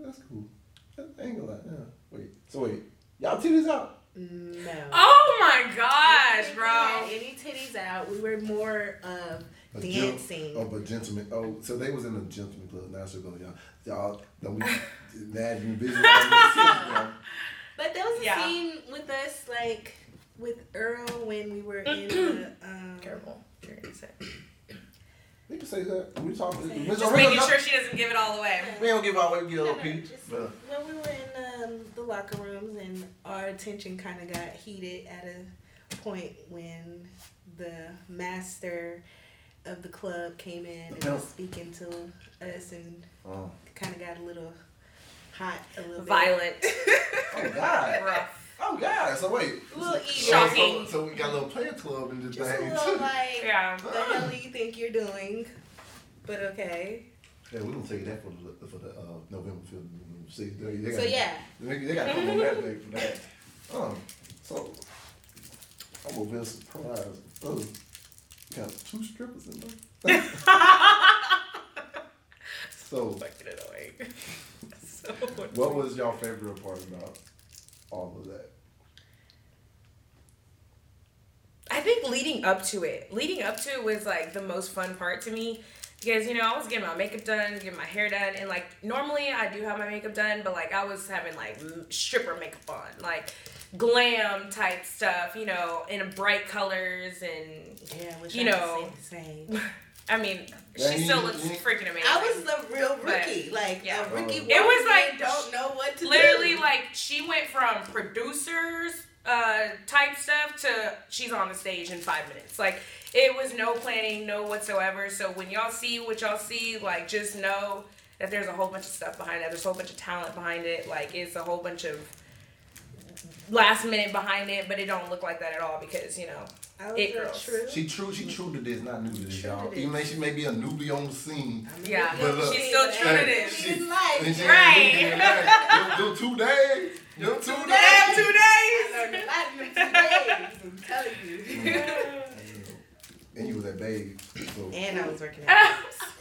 [SPEAKER 2] That's cool. I ain't gonna lie. Yeah. Wait, so wait, y'all titties out?
[SPEAKER 4] No.
[SPEAKER 3] Oh my
[SPEAKER 4] I
[SPEAKER 3] gosh,
[SPEAKER 4] [LAUGHS] don't think we had
[SPEAKER 3] bro.
[SPEAKER 4] Any titties out? We were more of
[SPEAKER 2] A gen-
[SPEAKER 4] dancing.
[SPEAKER 2] Oh, but gentlemen. Oh, so they was in a gentleman club. Now should go, y'all. Y'all don't be mad and busy. y'all.
[SPEAKER 4] But there was a
[SPEAKER 3] Yeah.
[SPEAKER 4] scene with us, like with Earl when we
[SPEAKER 3] [CLEARS THROAT]
[SPEAKER 4] were in the. Um,
[SPEAKER 3] Careful. You're gonna say.
[SPEAKER 2] They can say that. We talking. Mr.
[SPEAKER 3] Just
[SPEAKER 2] Real,
[SPEAKER 3] making
[SPEAKER 2] no-
[SPEAKER 3] sure she doesn't give it all away.
[SPEAKER 2] We don't give our way get
[SPEAKER 4] No,
[SPEAKER 2] old
[SPEAKER 4] no,
[SPEAKER 2] Pete.
[SPEAKER 4] just-
[SPEAKER 2] But
[SPEAKER 4] When we were in um, the locker rooms and our attention kind of got heated at a point when the master of the club came in and was speaking to us and
[SPEAKER 2] oh,
[SPEAKER 4] kind of got a little hot, a little
[SPEAKER 3] Violent.
[SPEAKER 2] oh God.
[SPEAKER 3] Rough.
[SPEAKER 2] Oh God! So wait,
[SPEAKER 4] A little
[SPEAKER 2] so,
[SPEAKER 4] eager.
[SPEAKER 3] Shocking.
[SPEAKER 2] So, so we got a little player club in
[SPEAKER 4] bit.
[SPEAKER 2] this
[SPEAKER 4] Just a
[SPEAKER 2] thing
[SPEAKER 4] little
[SPEAKER 2] too.
[SPEAKER 4] [LAUGHS] like,
[SPEAKER 3] Yeah. [LAUGHS]
[SPEAKER 4] what the hell do you think you're doing? But okay.
[SPEAKER 2] [LAUGHS] Yeah, we gonna take that for the for the uh, November film. See, they, they
[SPEAKER 4] So
[SPEAKER 2] got,
[SPEAKER 4] yeah,
[SPEAKER 2] they, they got to come on that day for that. Um, so I'm a bit surprised. Oh, Uh, got two strippers in there. so,
[SPEAKER 4] Fucking annoying. [LAUGHS] so
[SPEAKER 2] what was y'all favorite part about all of that?
[SPEAKER 3] I think leading up to it, leading up to it was like the most fun part to me because you know I was getting my makeup done, getting my hair done, and like normally I do have my makeup done, but like I was having like m- stripper makeup on, like glam type stuff, you know, in bright colors and
[SPEAKER 4] Yeah, I wish
[SPEAKER 3] You
[SPEAKER 4] I could
[SPEAKER 3] know.
[SPEAKER 4] say the same.
[SPEAKER 3] I mean
[SPEAKER 2] Yeah,
[SPEAKER 3] she
[SPEAKER 2] you-
[SPEAKER 3] still looks
[SPEAKER 2] you-
[SPEAKER 3] freaking amazing.
[SPEAKER 4] I was the real
[SPEAKER 3] But,
[SPEAKER 4] rookie. like
[SPEAKER 3] yeah.
[SPEAKER 4] a rookie.
[SPEAKER 2] It
[SPEAKER 4] walking
[SPEAKER 3] was
[SPEAKER 4] in,
[SPEAKER 3] like-
[SPEAKER 4] don't know what to
[SPEAKER 3] literally
[SPEAKER 4] do.
[SPEAKER 3] like she went from producers uh type stuff to she's on the stage in five minutes like it was no planning no whatsoever so when y'all see what y'all see like just know that there's a whole bunch of stuff behind that there's a whole bunch of talent behind it like it's a whole bunch of last minute behind it but it don't look like that at all because you know
[SPEAKER 4] I was
[SPEAKER 3] it
[SPEAKER 4] a
[SPEAKER 3] girls.
[SPEAKER 4] true.
[SPEAKER 2] She true, she true to this, not new to this,
[SPEAKER 4] True to
[SPEAKER 2] y'all.
[SPEAKER 4] this.
[SPEAKER 2] Even though she may be a newbie on the scene.
[SPEAKER 3] Yeah,
[SPEAKER 2] But look.
[SPEAKER 3] she's still true to
[SPEAKER 2] Hey,
[SPEAKER 3] this.
[SPEAKER 2] she-
[SPEAKER 4] It's like-
[SPEAKER 2] and she ain't
[SPEAKER 3] Right.
[SPEAKER 2] newbie in that. Them them two days. Them two
[SPEAKER 4] days.
[SPEAKER 2] days.
[SPEAKER 3] two
[SPEAKER 4] I learned a lot in two days, I'm telling you.
[SPEAKER 2] And you was at Babe. So,
[SPEAKER 4] And uh, I was working
[SPEAKER 3] [LAUGHS]
[SPEAKER 4] out.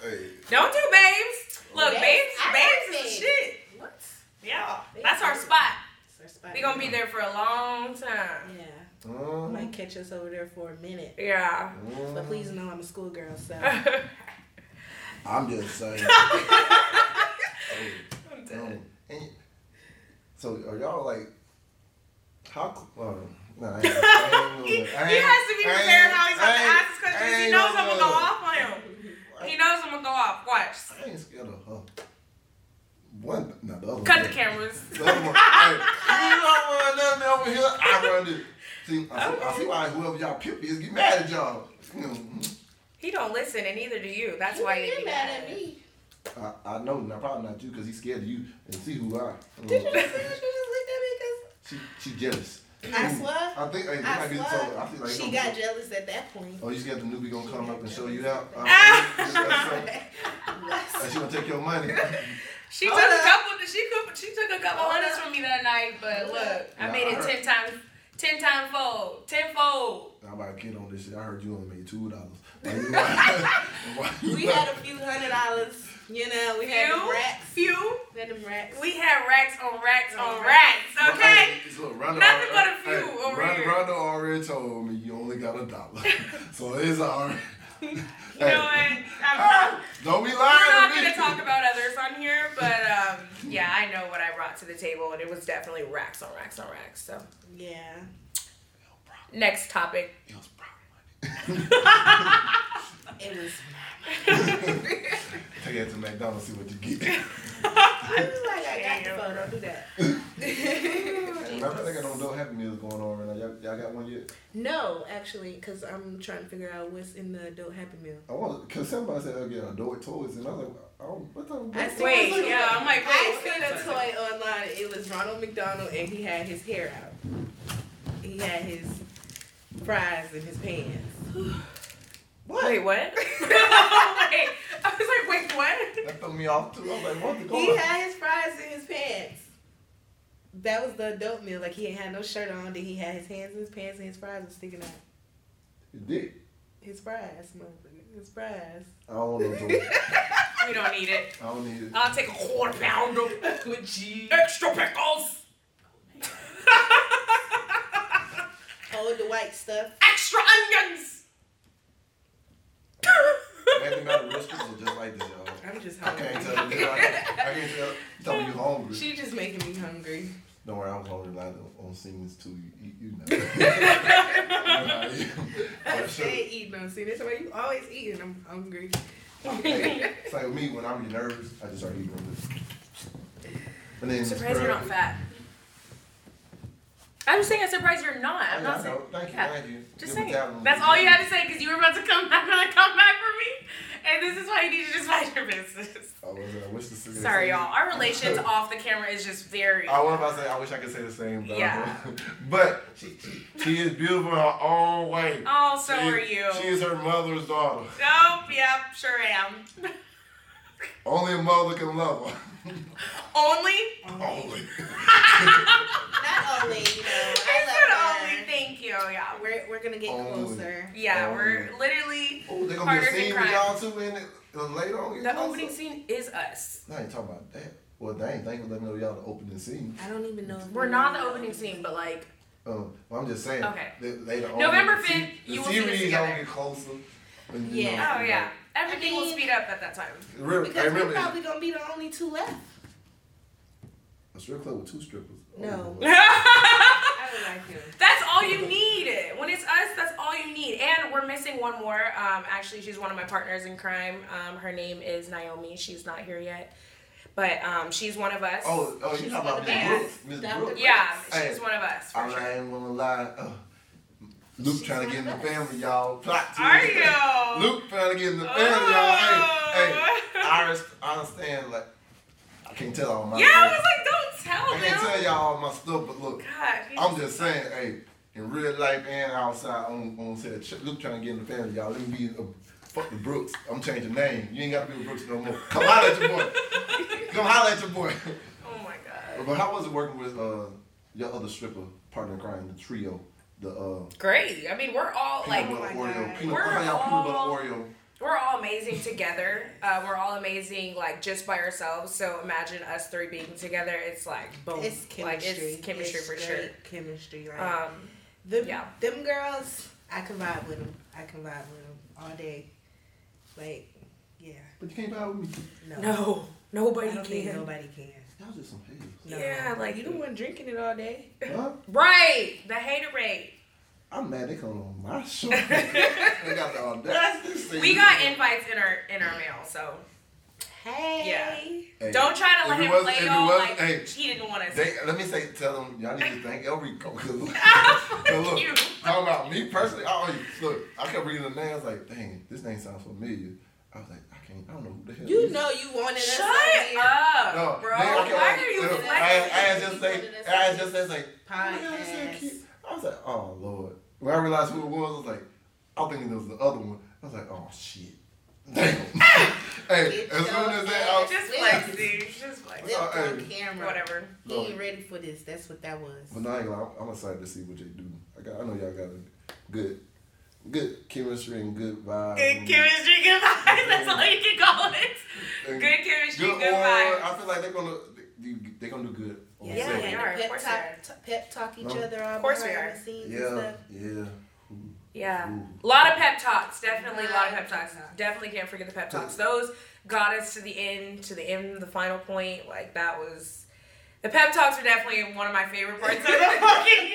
[SPEAKER 2] hey.
[SPEAKER 3] [LAUGHS] don't do babes look
[SPEAKER 4] Babes-
[SPEAKER 3] babes
[SPEAKER 4] I like
[SPEAKER 3] babes is
[SPEAKER 4] babes.
[SPEAKER 3] the shit
[SPEAKER 4] what?
[SPEAKER 3] yeah
[SPEAKER 4] Babes
[SPEAKER 3] that's our
[SPEAKER 4] is-
[SPEAKER 3] spot
[SPEAKER 4] It's our spot.
[SPEAKER 3] We gonna be there for a long time.
[SPEAKER 4] Yeah,
[SPEAKER 2] Um,
[SPEAKER 4] might catch us over there for a minute.
[SPEAKER 2] [LAUGHS]
[SPEAKER 3] Yeah.
[SPEAKER 2] um,
[SPEAKER 4] But please know I'm a schoolgirl, so
[SPEAKER 2] I'm just saying. Hey. Um, and, so are y'all like how? c- Uh, no, I ain't, I
[SPEAKER 3] [LAUGHS]
[SPEAKER 2] ain't
[SPEAKER 3] he,
[SPEAKER 2] gonna- I
[SPEAKER 3] he
[SPEAKER 2] ain't-
[SPEAKER 3] has to be
[SPEAKER 2] I
[SPEAKER 3] prepared
[SPEAKER 2] ain't-
[SPEAKER 3] how he's
[SPEAKER 2] I
[SPEAKER 3] about to
[SPEAKER 2] ain't-
[SPEAKER 3] ask this question.
[SPEAKER 2] I
[SPEAKER 3] because He
[SPEAKER 2] ain't
[SPEAKER 3] knows I'm gonna go
[SPEAKER 2] gonna-
[SPEAKER 3] off on him. He knows I'm gonna go off. Watch.
[SPEAKER 2] I ain't scared of her. One, no, the other
[SPEAKER 3] Cut
[SPEAKER 2] one.
[SPEAKER 3] the cameras.
[SPEAKER 2] The other one, hey, you don't run nothing over here. I run it. See, I, see, I see why whoever y'all pimp is get mad at y'all. You know, mm-hmm.
[SPEAKER 3] He don't listen, and neither do you. [LAUGHS] That's
[SPEAKER 4] You
[SPEAKER 3] why
[SPEAKER 4] didn't
[SPEAKER 3] you
[SPEAKER 4] get mad at me.
[SPEAKER 2] I, I know, not probably not you, because he's scared of you. And see who I.
[SPEAKER 4] Did you see what you just
[SPEAKER 2] She, she jealous.
[SPEAKER 4] looked
[SPEAKER 2] [LAUGHS]
[SPEAKER 4] at me? Cause I swear.
[SPEAKER 2] I think hey, this
[SPEAKER 4] I
[SPEAKER 2] might be the total. I think
[SPEAKER 4] swear.
[SPEAKER 2] like
[SPEAKER 4] She
[SPEAKER 2] gonna-
[SPEAKER 4] got jealous at that point.
[SPEAKER 2] [LAUGHS] Oh, you just got the newbie gonna come up and show you
[SPEAKER 3] [LAUGHS]
[SPEAKER 2] out. Oh,
[SPEAKER 4] What?
[SPEAKER 2] And she gonna take your money.
[SPEAKER 3] She
[SPEAKER 4] Hold
[SPEAKER 3] took a
[SPEAKER 4] up.
[SPEAKER 3] couple. She took. She took a couple
[SPEAKER 4] Hold
[SPEAKER 3] hundreds
[SPEAKER 4] up.
[SPEAKER 3] from me that night. But
[SPEAKER 4] Hold
[SPEAKER 3] look,
[SPEAKER 4] up.
[SPEAKER 3] I
[SPEAKER 2] Nah,
[SPEAKER 3] made it
[SPEAKER 2] I
[SPEAKER 3] ten times. Ten times fold. Tenfold.
[SPEAKER 2] I'm about to get on this shit. I heard you only made two
[SPEAKER 3] [LAUGHS]
[SPEAKER 2] dollars. Why you [LAUGHS] why you-
[SPEAKER 4] We had a few hundred dollars. You know, we had them
[SPEAKER 3] Few.
[SPEAKER 4] racks.
[SPEAKER 3] Few.
[SPEAKER 4] We had them racks.
[SPEAKER 3] We had racks on racks on
[SPEAKER 4] On
[SPEAKER 3] racks. Okay.
[SPEAKER 2] Hey, so Rondo,
[SPEAKER 3] Nothing but a
[SPEAKER 2] hey,
[SPEAKER 3] few over
[SPEAKER 2] Rondo,
[SPEAKER 3] here.
[SPEAKER 2] Rondo already told me you only got a dollar, [LAUGHS] so it's alright.
[SPEAKER 3] [LAUGHS] You know what?
[SPEAKER 2] Ah! [LAUGHS]
[SPEAKER 3] I'm,
[SPEAKER 2] Don't be lying
[SPEAKER 3] We're not
[SPEAKER 2] to
[SPEAKER 3] going
[SPEAKER 2] me.
[SPEAKER 3] to talk about others on here, but um, yeah, I know what I brought to the table, and it was definitely racks on racks on racks. So,
[SPEAKER 4] Yeah.
[SPEAKER 3] next topic.
[SPEAKER 2] It was probably
[SPEAKER 4] It was.
[SPEAKER 2] money. [LAUGHS] Take it to McDonald's, see what you
[SPEAKER 3] [LAUGHS]
[SPEAKER 2] get.
[SPEAKER 4] I was like, I got the
[SPEAKER 3] Damn.
[SPEAKER 4] phone. Don't do that. [LAUGHS]
[SPEAKER 2] And I think I don't know Happy Meals going on right now. Y'all, y'all got one yet?
[SPEAKER 4] No, actually, because I'm trying to figure out what's in the adult Happy Meal.
[SPEAKER 2] I want because somebody said I'll get adult toys, and I was like, I don't, what the
[SPEAKER 4] I
[SPEAKER 2] what
[SPEAKER 4] see
[SPEAKER 2] the-
[SPEAKER 3] Wait,
[SPEAKER 4] what's looking
[SPEAKER 3] yeah,
[SPEAKER 4] at-
[SPEAKER 3] I'm like,
[SPEAKER 4] I
[SPEAKER 3] wait,
[SPEAKER 4] seen
[SPEAKER 3] what
[SPEAKER 4] a
[SPEAKER 3] is
[SPEAKER 4] toy online. It was Ronald McDonald, and he had his hair out. He had his fries in his pants.
[SPEAKER 3] Wait,
[SPEAKER 2] [LAUGHS]
[SPEAKER 3] what? wait, I was like, wait, what?
[SPEAKER 2] That threw me off too. I was like, what the
[SPEAKER 4] He
[SPEAKER 2] going?
[SPEAKER 4] had his fries in his pants. That was the adult meal. Like he ain't had no shirt on. Then he had his hands in his pants, and his fries was sticking out.
[SPEAKER 2] It did.
[SPEAKER 4] His fries, motherfucker. His fries.
[SPEAKER 2] I don't want no toys.
[SPEAKER 3] We don't need it.
[SPEAKER 2] I don't
[SPEAKER 3] [LAUGHS]
[SPEAKER 2] need it.
[SPEAKER 3] I'll take a quarter pound of
[SPEAKER 4] With cheese.
[SPEAKER 3] extra pickles. [LAUGHS]
[SPEAKER 4] Oh, the white stuff.
[SPEAKER 3] extra
[SPEAKER 2] [LAUGHS]
[SPEAKER 3] onions.
[SPEAKER 2] Anything about the strips are just like this, y'all.
[SPEAKER 4] I'm just
[SPEAKER 2] I
[SPEAKER 4] hungry.
[SPEAKER 2] can't tell you. I can't, I can't tell. Tell me you hungry.
[SPEAKER 4] She just making me hungry.
[SPEAKER 2] Don't worry, I'm hungry like on, on Siemens too. You, you, you
[SPEAKER 3] [LAUGHS]
[SPEAKER 2] know. You know how I am.
[SPEAKER 4] I
[SPEAKER 2] I'm sure.
[SPEAKER 4] said eating on See, That's why you always eating. I'm hungry.
[SPEAKER 2] Hey, It's like with me when I'm nervous, I just start eating on this. And then
[SPEAKER 3] Surprised you're not fat. I'm just saying, I'm surprised you're not.
[SPEAKER 2] I
[SPEAKER 3] I'm not saying.
[SPEAKER 2] know. Thank you,
[SPEAKER 3] yeah.
[SPEAKER 2] thank you.
[SPEAKER 3] Just
[SPEAKER 2] Your
[SPEAKER 3] saying.
[SPEAKER 2] metabolism-
[SPEAKER 3] That's all you had to say because you were about to come back when I come back for me. And this is why you need to just mind your business.
[SPEAKER 2] I was. I wish this. was-
[SPEAKER 3] Sorry, y'all. Our relations off the camera is just very.
[SPEAKER 2] I was about to say, I wish I could say the same, but, I
[SPEAKER 3] Yeah.
[SPEAKER 2] won't. [LAUGHS] but she, she, she is beautiful in her own way.
[SPEAKER 3] Oh, so
[SPEAKER 2] she,
[SPEAKER 3] are you.
[SPEAKER 2] She is her mother's daughter.
[SPEAKER 3] Nope, yep, sure am.
[SPEAKER 2] Only a mother can love her. [LAUGHS]
[SPEAKER 3] only?
[SPEAKER 2] Only.
[SPEAKER 3] Oh.
[SPEAKER 4] Not only, you
[SPEAKER 3] I
[SPEAKER 4] know, I
[SPEAKER 3] said
[SPEAKER 4] love her.
[SPEAKER 3] only, thank you. yeah.
[SPEAKER 4] We're, we're gonna get
[SPEAKER 2] Only.
[SPEAKER 4] closer.
[SPEAKER 3] Yeah,
[SPEAKER 2] Oh,
[SPEAKER 3] we're
[SPEAKER 2] yeah.
[SPEAKER 3] literally
[SPEAKER 2] Oh, they gonna be
[SPEAKER 3] partners
[SPEAKER 2] a
[SPEAKER 3] in
[SPEAKER 2] scene with
[SPEAKER 3] crime.
[SPEAKER 2] y'all too in it uh, later on.
[SPEAKER 3] The opening scene is us.
[SPEAKER 2] I ain't talking about that. Well, dang, thank you for letting me know y'all the opening scene.
[SPEAKER 4] I don't even know. If
[SPEAKER 3] We're
[SPEAKER 4] we-
[SPEAKER 3] not the opening scene, but like
[SPEAKER 2] Um, well, I'm just saying.
[SPEAKER 3] Okay.
[SPEAKER 2] That later on,
[SPEAKER 3] November
[SPEAKER 2] the
[SPEAKER 3] 5th,
[SPEAKER 2] se-
[SPEAKER 3] you will
[SPEAKER 2] the
[SPEAKER 3] see this
[SPEAKER 2] series
[SPEAKER 3] together.
[SPEAKER 2] gonna get closer. and, you
[SPEAKER 4] Yeah.
[SPEAKER 2] know,
[SPEAKER 3] oh
[SPEAKER 2] you
[SPEAKER 3] yeah,
[SPEAKER 2] know.
[SPEAKER 3] everything will
[SPEAKER 4] mean-
[SPEAKER 3] speed up at that [LAUGHS] time.
[SPEAKER 2] Remember, I
[SPEAKER 4] Because we're
[SPEAKER 2] remember
[SPEAKER 4] probably gonna be the only two left.
[SPEAKER 2] a strip club with two strippers.
[SPEAKER 4] No.
[SPEAKER 2] Oh,
[SPEAKER 4] I don't like him.
[SPEAKER 3] That's all you need. When it's us, that's all you need. And we're missing one more. Um, actually, she's one of my partners in crime. Um, her name is Naomi. She's not here yet, but um, she's one of us.
[SPEAKER 2] oh, oh, you talking about Miss
[SPEAKER 3] band.
[SPEAKER 2] Brooks? Miss
[SPEAKER 4] That
[SPEAKER 2] Brooks.
[SPEAKER 4] was-
[SPEAKER 3] yeah,
[SPEAKER 2] Hey,
[SPEAKER 3] she's one of us. For
[SPEAKER 2] I
[SPEAKER 3] sure.
[SPEAKER 2] ain't gonna lie. Uh, Luke
[SPEAKER 4] She's
[SPEAKER 2] trying to get in the
[SPEAKER 4] one of us.
[SPEAKER 2] family, y'all. Plot twist.
[SPEAKER 3] Are you?
[SPEAKER 2] Luke trying to get in the family,
[SPEAKER 3] Oh.
[SPEAKER 2] y'all. Hey, hey, I, res- I understand. Like, I can't tell all my.
[SPEAKER 3] Yeah, I was like, "Oh, don't tell
[SPEAKER 2] I
[SPEAKER 3] them.
[SPEAKER 2] can't tell y'all all my stuff, but look,
[SPEAKER 3] God, he-
[SPEAKER 2] I'm just saying, hey, in real life and outside, I'm gonna say, that Luke trying to get in the family, y'all. Let me be. A, Fuck the Brooks. I'm changing name. You ain't got to be a Brooks no more. Come holler at your boy. Come holler at your boy.
[SPEAKER 3] oh my god.
[SPEAKER 2] But how was it working with uh, your other stripper partner in crime, the trio, the uh,
[SPEAKER 3] Great. I mean, we're all like
[SPEAKER 2] peanut butter
[SPEAKER 4] my
[SPEAKER 2] Oreo,
[SPEAKER 4] God.
[SPEAKER 2] peanut,
[SPEAKER 3] We're
[SPEAKER 2] how y'all
[SPEAKER 3] all-
[SPEAKER 2] peanut butter Oreo?
[SPEAKER 3] we're all amazing together. Uh, we're all amazing like just by ourselves. So imagine us three being together. It's like boom.
[SPEAKER 4] It's chemistry. Uh,
[SPEAKER 3] Like it's chemistry
[SPEAKER 4] It's
[SPEAKER 3] for sure.
[SPEAKER 4] straight Chemistry. Like,
[SPEAKER 3] Um,
[SPEAKER 4] them,
[SPEAKER 3] yeah.
[SPEAKER 4] them girls, I can vibe with them. I can vibe with them all day. Like, yeah.
[SPEAKER 2] But you can't buy with me.
[SPEAKER 4] No.
[SPEAKER 3] no,
[SPEAKER 4] I
[SPEAKER 3] nobody
[SPEAKER 4] don't think
[SPEAKER 3] can.
[SPEAKER 4] nobody can.
[SPEAKER 2] Y'all just some
[SPEAKER 3] [LAUGHS]
[SPEAKER 2] haters.
[SPEAKER 4] No.
[SPEAKER 3] Yeah, like-
[SPEAKER 4] you the one drinking it all day.
[SPEAKER 2] Huh?
[SPEAKER 3] Right, the haterade.
[SPEAKER 2] I'm mad they come on my
[SPEAKER 3] [LAUGHS]
[SPEAKER 2] show. they got the audacity. to say
[SPEAKER 3] We
[SPEAKER 2] this.
[SPEAKER 3] got invites in our in our mail, so
[SPEAKER 4] Hey.
[SPEAKER 2] Hey,
[SPEAKER 3] don't try to
[SPEAKER 2] if
[SPEAKER 3] let
[SPEAKER 2] it
[SPEAKER 3] him
[SPEAKER 2] wasn't- if
[SPEAKER 3] lay
[SPEAKER 2] it
[SPEAKER 3] on
[SPEAKER 2] wasn't-
[SPEAKER 3] like
[SPEAKER 2] hey,
[SPEAKER 3] he didn't want us.
[SPEAKER 2] They, let me say, tell them y'all need to thank El Rico. Cause look, cause
[SPEAKER 3] [LAUGHS]
[SPEAKER 2] look,
[SPEAKER 3] you.
[SPEAKER 2] talking about me personally, I always look. I kept reading the names like, dang, this name sounds familiar. I was like, I can't, I don't know who the hell.
[SPEAKER 4] You
[SPEAKER 2] this
[SPEAKER 4] know you wanted us.
[SPEAKER 3] Shut
[SPEAKER 4] out here.
[SPEAKER 3] up,
[SPEAKER 2] No,
[SPEAKER 3] bro.
[SPEAKER 2] Then I kept
[SPEAKER 3] Why
[SPEAKER 2] like,
[SPEAKER 3] are you
[SPEAKER 2] look,
[SPEAKER 3] flexing?
[SPEAKER 2] I, I had just say, I had just say, like, oh my God, that's so
[SPEAKER 4] Podcast.
[SPEAKER 2] cute. I was like, oh lord. When I realized who it was, I was like, I'm thinking it was the other one. I was like, oh shit, [LAUGHS] damn. hey,
[SPEAKER 4] Get
[SPEAKER 2] as soon
[SPEAKER 4] your
[SPEAKER 2] as
[SPEAKER 4] ass.
[SPEAKER 2] that, I was,
[SPEAKER 3] just flexing. Just flexing.
[SPEAKER 4] Lips
[SPEAKER 2] Sorry.
[SPEAKER 4] on camera.
[SPEAKER 3] Whatever.
[SPEAKER 4] He ain't ready for this. That's what that was.
[SPEAKER 2] but now I'm, I'm excited to see what they do. I got, I know y'all got a good, good chemistry and good vibe.
[SPEAKER 3] Good
[SPEAKER 2] and-
[SPEAKER 3] chemistry, good vibes. That's all you can call it.
[SPEAKER 2] and
[SPEAKER 3] Good chemistry, good,
[SPEAKER 2] aura.
[SPEAKER 3] vibes.
[SPEAKER 2] I feel like they're gonna, they- they're gonna do good. on
[SPEAKER 3] Yeah,
[SPEAKER 2] set.
[SPEAKER 3] they
[SPEAKER 4] and
[SPEAKER 3] are. Of
[SPEAKER 4] Pep
[SPEAKER 3] course
[SPEAKER 4] talk,
[SPEAKER 3] they
[SPEAKER 4] t- pep talk each
[SPEAKER 2] No.
[SPEAKER 4] other. All
[SPEAKER 3] Of course we
[SPEAKER 4] behind
[SPEAKER 3] are.
[SPEAKER 4] the scenes and
[SPEAKER 2] yeah,
[SPEAKER 4] stuff.
[SPEAKER 3] [LAUGHS]
[SPEAKER 2] yeah.
[SPEAKER 3] Yeah,
[SPEAKER 2] Ooh.
[SPEAKER 3] a lot of pep talks. Definitely a lot of pep talks.
[SPEAKER 4] Pep talks.
[SPEAKER 3] Definitely can't forget the pep talks. Those got us to the end, to the end, the final point. Like that was. The pep talks are definitely one of my favorite parts of the fucking.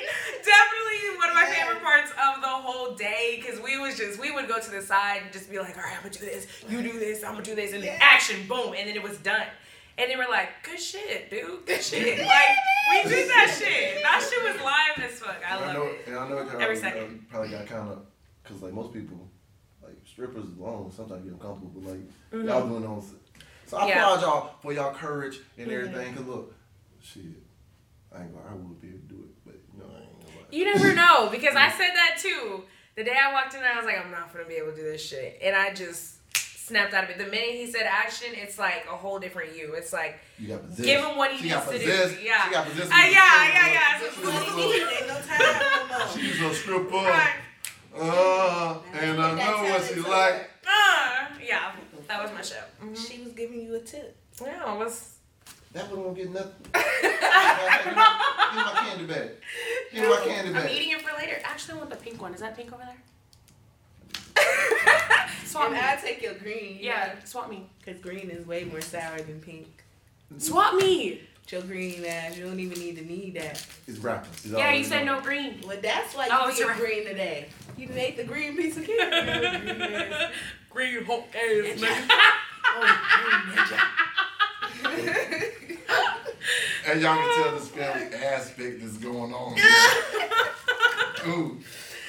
[SPEAKER 3] definitely one of my favorite parts of the whole day because we was just we would go to the side and just be like, all right, I'm gonna do this, you do this, I'm gonna do this, and then action, boom, and then it was done. And they were like, good shit, dude, [LAUGHS] good shit. Like we did that shit. That shit was live as fuck. I
[SPEAKER 2] And I
[SPEAKER 3] love
[SPEAKER 2] know,
[SPEAKER 3] it.
[SPEAKER 2] And I know y'all,
[SPEAKER 3] Every
[SPEAKER 2] y'all
[SPEAKER 3] second.
[SPEAKER 2] probably got kind of, because like most people, like strippers is long, sometimes get uncomfortable, but like y'all doing on. So I
[SPEAKER 3] Mm-hmm. Yeah. Mm-hmm.
[SPEAKER 2] applaud y'all for y'all courage and everything, because look, shit, I ain't gonna, I would be able to do it, but you know, I ain't gonna lie.
[SPEAKER 3] You never know because I said that too. The day I walked in, I was like, I'm not gonna be able to do this shit, and I just snapped out of it. The minute he said action, it's like a whole different you. It's like,
[SPEAKER 2] You got possessed.
[SPEAKER 3] Give him what he
[SPEAKER 2] she got
[SPEAKER 3] needs to do.
[SPEAKER 2] possessed.
[SPEAKER 3] Yeah.
[SPEAKER 2] She got possessed.
[SPEAKER 3] Uh, yeah, yeah, yeah.
[SPEAKER 2] She
[SPEAKER 3] So
[SPEAKER 2] was a
[SPEAKER 4] Money
[SPEAKER 2] little-
[SPEAKER 4] needed, no time no more.
[SPEAKER 2] She's a stripper.
[SPEAKER 3] "Fuck,
[SPEAKER 2] Uh, and I know what she like.
[SPEAKER 3] uh." yeah, that was my show.
[SPEAKER 4] She was giving you a tip.
[SPEAKER 3] Yeah, it was.
[SPEAKER 2] That one won't get nothing.
[SPEAKER 3] [LAUGHS]
[SPEAKER 2] Give my candy back. Give my candy
[SPEAKER 3] I'm
[SPEAKER 2] back.
[SPEAKER 3] eating it for later. Actually, I want the pink one. Is that pink over [LAUGHS] there? swap
[SPEAKER 4] And
[SPEAKER 3] me.
[SPEAKER 4] I take your green.
[SPEAKER 3] Yeah, swap me.
[SPEAKER 4] Because green is way more sour than pink.
[SPEAKER 3] Swap me.
[SPEAKER 4] But Your green ass, you don't even need to need that.
[SPEAKER 2] It's rapping. It's
[SPEAKER 3] Yeah,
[SPEAKER 2] already
[SPEAKER 3] you
[SPEAKER 2] rapping.
[SPEAKER 3] said no green.
[SPEAKER 4] Well, that's why you
[SPEAKER 3] Oh,
[SPEAKER 4] get
[SPEAKER 3] you're right.
[SPEAKER 4] green today. You done ate the green piece of
[SPEAKER 3] [LAUGHS]
[SPEAKER 4] cake. Green ass.
[SPEAKER 3] Green hot ass
[SPEAKER 4] Oh, green ninja.
[SPEAKER 2] And y'all can tell this family
[SPEAKER 3] [LAUGHS]
[SPEAKER 2] aspect that's going on. Ooh,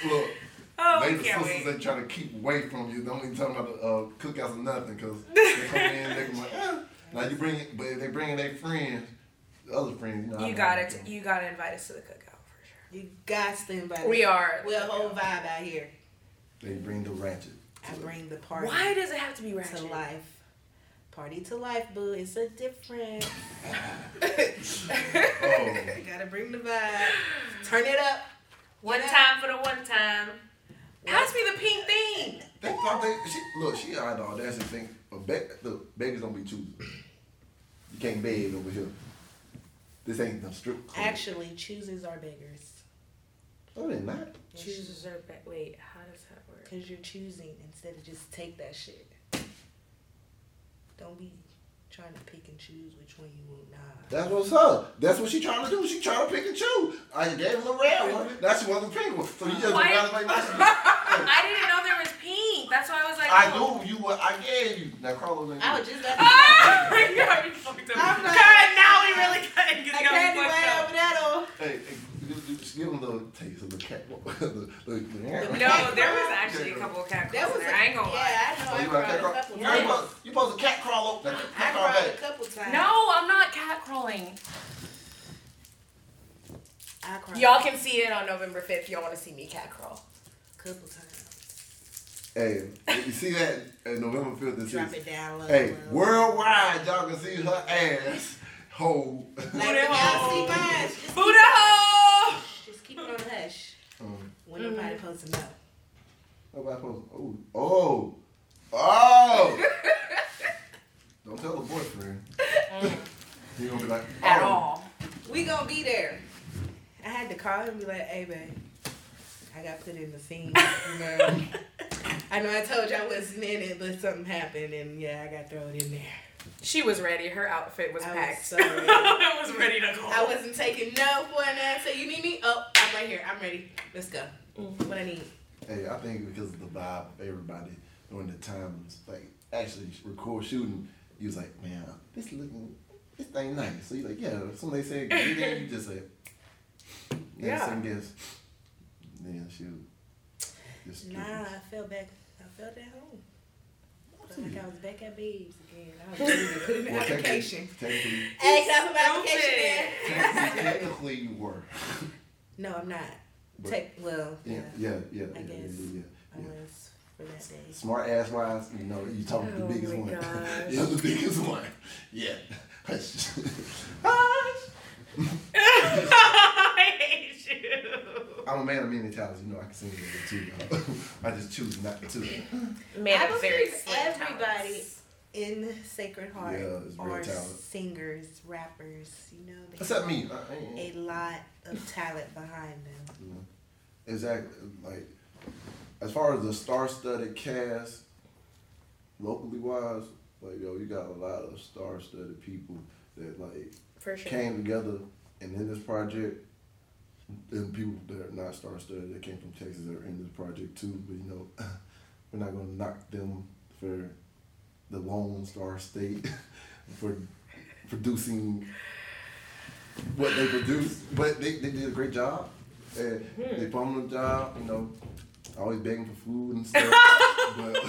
[SPEAKER 2] look,
[SPEAKER 3] [LAUGHS] Oh,
[SPEAKER 2] they
[SPEAKER 3] we
[SPEAKER 2] the
[SPEAKER 3] can't
[SPEAKER 2] sisters
[SPEAKER 3] wait.
[SPEAKER 2] they try to keep away from you. Don't even talk about the uh, cookouts or nothing, cause
[SPEAKER 3] [LAUGHS]
[SPEAKER 2] they come in, they come like, eh. now you bring it, but if they bringing their friends, the other friends. You, know, I
[SPEAKER 3] You
[SPEAKER 2] know.
[SPEAKER 3] got it. You got to invite us to the cookout for
[SPEAKER 4] you got to invite
[SPEAKER 3] sure. We
[SPEAKER 4] us.
[SPEAKER 3] are.
[SPEAKER 4] We're a whole vibe out here.
[SPEAKER 2] They bring the
[SPEAKER 3] [LAUGHS]
[SPEAKER 2] ratchet.
[SPEAKER 4] I bring the party
[SPEAKER 3] Why does it have to be
[SPEAKER 4] to
[SPEAKER 3] ratchet?
[SPEAKER 4] life. Party to life, boo. It's
[SPEAKER 3] [LAUGHS]
[SPEAKER 4] a different.
[SPEAKER 2] Oh,
[SPEAKER 4] Gotta bring the vibe. Turn it up.
[SPEAKER 3] One
[SPEAKER 4] Yeah.
[SPEAKER 3] time for the one time.
[SPEAKER 4] Pass me the pink thing.
[SPEAKER 2] They thought they she, look. She had the audacity to think. But ba- look, babies don't be choosing. You can't beg over here. This ain't no strip club.
[SPEAKER 4] Actually, choosers are beggars.
[SPEAKER 2] no, they not.
[SPEAKER 3] Chooses her back. Wait, how does that work?
[SPEAKER 4] Because you're choosing instead of just take that shit. Don't be trying to pick and choose which one you want. Nah.
[SPEAKER 2] That's what's up. That's what she trying to do. She trying to pick and choose. I gave her a red one. Now she wants to pink one. So you just
[SPEAKER 3] Why-
[SPEAKER 2] gotta make that.
[SPEAKER 3] I didn't know there was pink. That's why I was like,
[SPEAKER 2] I
[SPEAKER 3] [LAUGHS] oh.
[SPEAKER 2] knew you what I gave you. Now Carlos ain't.
[SPEAKER 4] [LAUGHS] I was just about
[SPEAKER 3] Ah!
[SPEAKER 4] to
[SPEAKER 3] You already fucked up.
[SPEAKER 4] I'm like-
[SPEAKER 3] God, now we really got it.
[SPEAKER 4] I can't
[SPEAKER 3] fucked
[SPEAKER 4] do
[SPEAKER 3] up.
[SPEAKER 4] that over
[SPEAKER 2] Hey, hey, give- give- give him the taste of the cat. [LAUGHS] the, the, the-
[SPEAKER 3] No, there was actually a couple of cat
[SPEAKER 4] That
[SPEAKER 3] calls
[SPEAKER 4] was
[SPEAKER 3] there. I ain't gonna lie.
[SPEAKER 4] yeah,
[SPEAKER 2] Oh,
[SPEAKER 4] I
[SPEAKER 2] you
[SPEAKER 4] know. I
[SPEAKER 2] like cat
[SPEAKER 4] cried a
[SPEAKER 2] crawl?
[SPEAKER 4] couple
[SPEAKER 2] You ain't
[SPEAKER 4] times.
[SPEAKER 2] supposed- you supposed to cat crawl over. Now,
[SPEAKER 4] I
[SPEAKER 2] cat crawl
[SPEAKER 4] cried a
[SPEAKER 2] back.
[SPEAKER 4] couple times.
[SPEAKER 3] No, I'm not cat crawling.
[SPEAKER 4] I cried
[SPEAKER 3] Y'all can see it on November 5th. Y'all want to see me cat crawl.
[SPEAKER 4] a couple times.
[SPEAKER 2] Hey, you see that at November 5th and
[SPEAKER 4] Drop
[SPEAKER 2] 6th?
[SPEAKER 4] it down low.
[SPEAKER 2] Hey,
[SPEAKER 4] low.
[SPEAKER 2] worldwide, y'all can see her ass hole.
[SPEAKER 4] Like,
[SPEAKER 3] Booty
[SPEAKER 4] if y'all see
[SPEAKER 3] hole.
[SPEAKER 4] mine. Just
[SPEAKER 3] Buddha hole!
[SPEAKER 4] Just keep it on the hush.
[SPEAKER 2] Um,
[SPEAKER 4] When nobody supposed to know.
[SPEAKER 2] [LAUGHS] nobody supposed to- Oh, oh, oh! Don't tell the boyfriend. He gonna be like, oh.
[SPEAKER 3] [LAUGHS] At all.
[SPEAKER 4] We gonna be there. I had to call him and be like, hey babe, I got put in the scene. You [LAUGHS] know? I know I told you I wasn't in it, but something happened and yeah, I got thrown in there.
[SPEAKER 3] She was ready. Her outfit was
[SPEAKER 4] I was
[SPEAKER 3] packed. [LAUGHS]
[SPEAKER 4] so ready.
[SPEAKER 3] I was ready to go.
[SPEAKER 4] I wasn't taking no for an answer. You need me? Oh, I'm right here. I'm ready. Let's go. What I need.
[SPEAKER 2] Hey, I think because of the vibe of everybody during the time, was like actually record shooting, you was like, man, this looking, this thing nice. So you like, yeah. As soon as they said get in, you just said,
[SPEAKER 3] Yeah.
[SPEAKER 2] yeah. Second guess. Then shoot. Just
[SPEAKER 4] Nah, I fell back. I fell down home. Felt like I was back at babes again. I was ready to [LAUGHS] put in an
[SPEAKER 2] Well, technically-
[SPEAKER 4] application.
[SPEAKER 2] Technically,
[SPEAKER 4] [LAUGHS] Hey, can I put my
[SPEAKER 3] Stupid.
[SPEAKER 4] application in?
[SPEAKER 2] technically, technically you were.
[SPEAKER 4] No, I'm not.
[SPEAKER 2] But-
[SPEAKER 4] Take well,
[SPEAKER 2] Yeah,
[SPEAKER 4] yeah,
[SPEAKER 2] yeah, yeah,
[SPEAKER 4] I
[SPEAKER 2] yeah, yeah,
[SPEAKER 4] guess.
[SPEAKER 2] yeah,
[SPEAKER 4] I
[SPEAKER 2] yeah.
[SPEAKER 4] was for that day.
[SPEAKER 2] Smart ass wise, you know, you talking to the
[SPEAKER 3] Oh
[SPEAKER 2] biggest
[SPEAKER 3] my
[SPEAKER 2] one.
[SPEAKER 3] gosh.
[SPEAKER 2] You're the biggest one. Yeah. Hush. Hush.
[SPEAKER 3] [LAUGHS] I hate you.
[SPEAKER 2] I'm a man of many talents. You know I can sing it too. dog. [LAUGHS] I just choose not to.
[SPEAKER 3] Man,
[SPEAKER 4] I
[SPEAKER 3] of very
[SPEAKER 4] believe
[SPEAKER 3] slim
[SPEAKER 4] everybody
[SPEAKER 3] talents.
[SPEAKER 4] in Sacred Heart
[SPEAKER 2] Yeah, it's real
[SPEAKER 4] are
[SPEAKER 2] talent.
[SPEAKER 4] singers, rappers. You know, they
[SPEAKER 2] Except
[SPEAKER 4] have
[SPEAKER 2] me. I- I ain't-
[SPEAKER 4] a lot of talent behind them.
[SPEAKER 2] you know. Exactly. Like, as far as the star-studded cast, locally wise, like yo, you got a lot of star-studded people that like
[SPEAKER 3] For sure.
[SPEAKER 2] came together and in this project. And people that are not star-studded that came from Texas that are in this project too. But you know, [LAUGHS] we're not gonna knock them for the Lone Star State [LAUGHS] for producing what they produced. But they, they did a great job. And
[SPEAKER 4] Hmm.
[SPEAKER 2] They performed a job, you know, always begging for food
[SPEAKER 4] [LAUGHS]
[SPEAKER 2] and stuff. but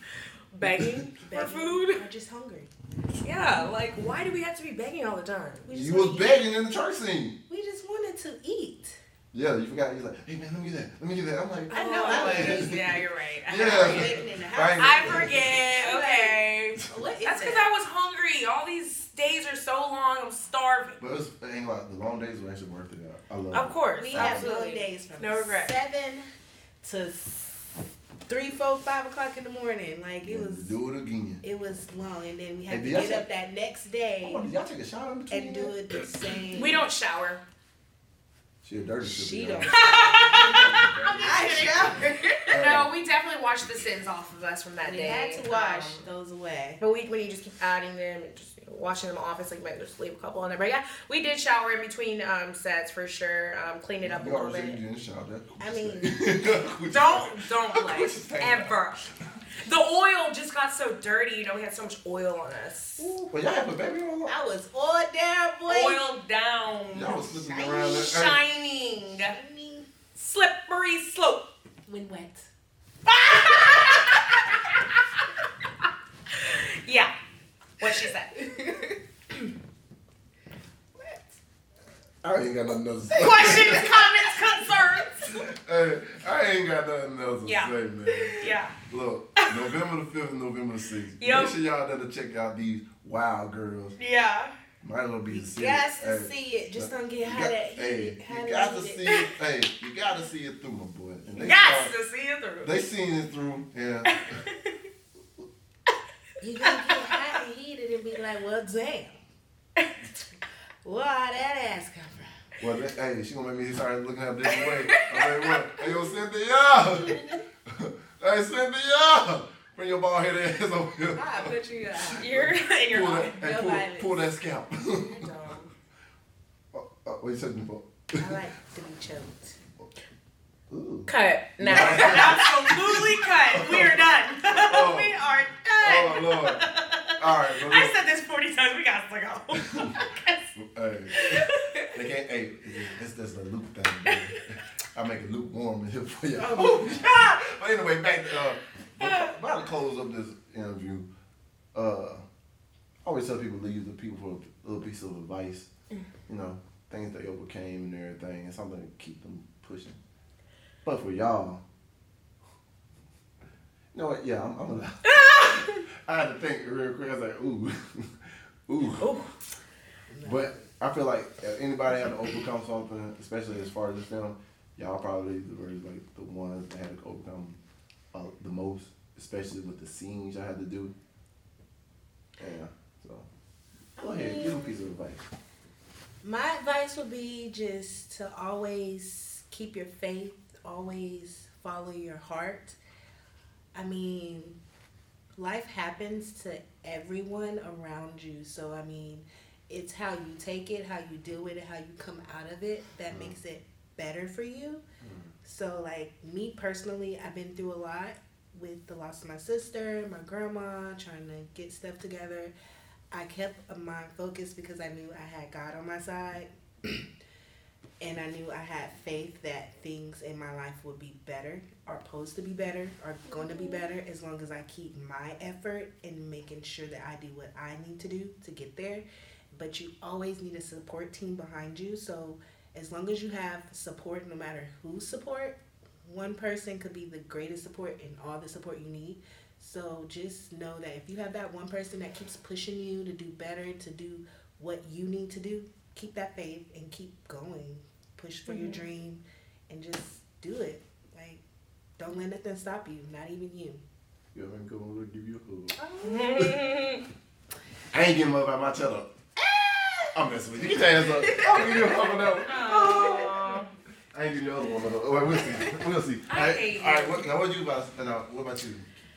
[SPEAKER 3] [LAUGHS] Begging for
[SPEAKER 4] Begging
[SPEAKER 3] food?
[SPEAKER 4] Are just hungry.
[SPEAKER 3] Yeah, like, why do we have to be begging all the time?
[SPEAKER 4] We
[SPEAKER 2] [LAUGHS]
[SPEAKER 4] just
[SPEAKER 2] you
[SPEAKER 4] wanna
[SPEAKER 2] was
[SPEAKER 4] eat.
[SPEAKER 2] begging in the church scene.
[SPEAKER 4] We just wanted to eat.
[SPEAKER 2] Yeah, you forgot. You're like, hey man, let me get that. Let me get that. I'm like,
[SPEAKER 3] I know I
[SPEAKER 2] man.
[SPEAKER 3] was. Oh, Yeah, you're right. I
[SPEAKER 2] Yeah.
[SPEAKER 3] forget.
[SPEAKER 4] Living in the
[SPEAKER 2] Right.
[SPEAKER 4] house.
[SPEAKER 3] I forget. Okay.
[SPEAKER 4] What is
[SPEAKER 3] That's because
[SPEAKER 4] that?
[SPEAKER 3] I was hungry. All these days are so long. I'm starving.
[SPEAKER 2] But it was, it ain't like the long days were actually worth it. I I love
[SPEAKER 3] Of
[SPEAKER 2] it.
[SPEAKER 3] course.
[SPEAKER 4] We have
[SPEAKER 3] absolutely.
[SPEAKER 4] long days from
[SPEAKER 3] No regret.
[SPEAKER 4] seven to s- three, four, five o'clock in the morning. Like it
[SPEAKER 2] And
[SPEAKER 4] was,
[SPEAKER 2] do it again.
[SPEAKER 4] it was long, and then we had
[SPEAKER 2] And
[SPEAKER 4] to
[SPEAKER 2] did y'all
[SPEAKER 4] get
[SPEAKER 2] say-
[SPEAKER 4] up that next
[SPEAKER 2] Oh,
[SPEAKER 4] day
[SPEAKER 2] did y'all take a shower in between?
[SPEAKER 4] and do it the same.
[SPEAKER 3] We don't shower.
[SPEAKER 2] She a dirty sister,
[SPEAKER 4] She
[SPEAKER 2] y'all. [LAUGHS]
[SPEAKER 4] [LAUGHS] don't. I showered.
[SPEAKER 3] [LAUGHS] No, we definitely washed the sins off of us from that
[SPEAKER 4] We
[SPEAKER 3] day.
[SPEAKER 4] had to wash
[SPEAKER 3] Um,
[SPEAKER 4] those away.
[SPEAKER 3] But we, when you just keep adding them and just you know, washing them off, it's like you might just leave a couple on there. But yeah, we did shower in between um, sets for sure. Um, clean it up a
[SPEAKER 2] You
[SPEAKER 3] little
[SPEAKER 2] already
[SPEAKER 3] bit.
[SPEAKER 2] said you didn't shower. That
[SPEAKER 4] I mean-
[SPEAKER 2] [LAUGHS] mean,
[SPEAKER 3] Don't [LAUGHS] don't
[SPEAKER 2] What you
[SPEAKER 3] like
[SPEAKER 2] saying?
[SPEAKER 3] ever. The oil just got so dirty. You know we had so much oil on us.
[SPEAKER 2] But y'all have a baby on.
[SPEAKER 4] I was all there, boy.
[SPEAKER 3] Oiled down.
[SPEAKER 2] Y'all was slipping around. that-
[SPEAKER 3] Shining. Slippery slope.
[SPEAKER 4] When wet.
[SPEAKER 3] [LAUGHS] Yeah. What she said. [LAUGHS]
[SPEAKER 2] I ain't got nothing else to say.
[SPEAKER 3] Questions, comments, concerns.
[SPEAKER 2] [LAUGHS] Hey, I ain't got nothing else to
[SPEAKER 3] Yeah.
[SPEAKER 2] say, man.
[SPEAKER 3] Yeah.
[SPEAKER 2] Look, November the 5th and November the 6th.
[SPEAKER 3] Yep.
[SPEAKER 2] Make sure y'all that to check out these wild girls.
[SPEAKER 3] Yeah.
[SPEAKER 2] Might as well be
[SPEAKER 4] You
[SPEAKER 2] the city.
[SPEAKER 4] got to
[SPEAKER 2] Hey.
[SPEAKER 4] see it. Just don't
[SPEAKER 2] You
[SPEAKER 4] get
[SPEAKER 2] got-
[SPEAKER 4] hot at
[SPEAKER 2] Hey,
[SPEAKER 4] it.
[SPEAKER 2] you got to see
[SPEAKER 3] [LAUGHS]
[SPEAKER 2] it. Hey, you got to see it through, my boy. And they,
[SPEAKER 3] Yes,
[SPEAKER 2] saw-
[SPEAKER 3] to see it through.
[SPEAKER 2] they
[SPEAKER 3] [LAUGHS]
[SPEAKER 2] seen it through. Yeah.
[SPEAKER 4] You gonna get hot and heated and be like, well, damn. Where all that ass come from?
[SPEAKER 2] Well, that, hey, she gonna make me start looking at different way. I'm like, what? Hey, yo,
[SPEAKER 3] [LAUGHS]
[SPEAKER 2] Cynthia! hey, Cynthia! Bring your bald head ass over here.
[SPEAKER 4] I put you out.
[SPEAKER 3] Ah, You're [LAUGHS] in your
[SPEAKER 2] Pull
[SPEAKER 3] own.
[SPEAKER 2] that, hey,
[SPEAKER 4] no
[SPEAKER 2] pull,
[SPEAKER 4] violence.
[SPEAKER 2] pull that scalp. oh,
[SPEAKER 3] [LAUGHS] You're dumb.
[SPEAKER 2] [LAUGHS] oh, what you touching for?
[SPEAKER 4] I like to be choked.
[SPEAKER 2] Ooh.
[SPEAKER 3] Cut. No. Absolutely cut. We are done.
[SPEAKER 2] Oh.
[SPEAKER 3] [LAUGHS] we are
[SPEAKER 2] Oh,
[SPEAKER 3] done.
[SPEAKER 2] Lord. All right, but
[SPEAKER 3] I
[SPEAKER 2] look.
[SPEAKER 3] said this 40 times. We got to go. [LAUGHS] 'Cause-
[SPEAKER 2] Hey, they can't, hey, it's just a loop thing. man. I make it lukewarm in here for you.
[SPEAKER 4] Oh.
[SPEAKER 2] but anyway, back to, uh, but about to close up this interview, uh, I always tell people leave the people for a little piece of advice, you know, things they overcame and everything, and something to keep them pushing. But for y'all, you know what? Yeah, I'm, I'm gonna. I had to think real quick. I was like, ooh, [LAUGHS] ooh. But I feel like if anybody had to overcome something, especially as far as this film, y'all probably were like the ones that had to overcome uh, the most, especially with the scenes I had to do. Yeah, so go ahead, give them a piece of advice.
[SPEAKER 4] My advice would be just to always keep your faith, always follow your heart. I mean, life happens to everyone around you. So, I mean, it's how you take it, how you deal with it, how you come out of it that makes it better for you. So, like, me personally, I've been through a lot with the loss of my sister, my grandma, trying to get stuff together. I kept my focus because I knew I had God on my side. and I knew I had faith that things in my life would be better, are posed to be better, are going to be better as long as I keep my effort and making sure that I do what I need to do to get there. But you always need a support team behind you. So as long as you have support, no matter who support, one person could be the greatest support and all the support you need. So just know that if you have that one person that keeps pushing you to do better, to do what you need to do, keep that faith and keep going. Push for your dream and just do it. Like, don't let nothing stop you, not even you.
[SPEAKER 2] You ever come over and give you a hug? I ain't giving up about my chin up. I'm messing with you. Get your hands up. I'll give you a hug on that one.
[SPEAKER 3] Aw.
[SPEAKER 2] I ain't do the other one. but, uh, Wait, we'll see. [LAUGHS] We'll see.
[SPEAKER 3] I hate you.
[SPEAKER 2] all right. What, now, what you about? Now, what about you?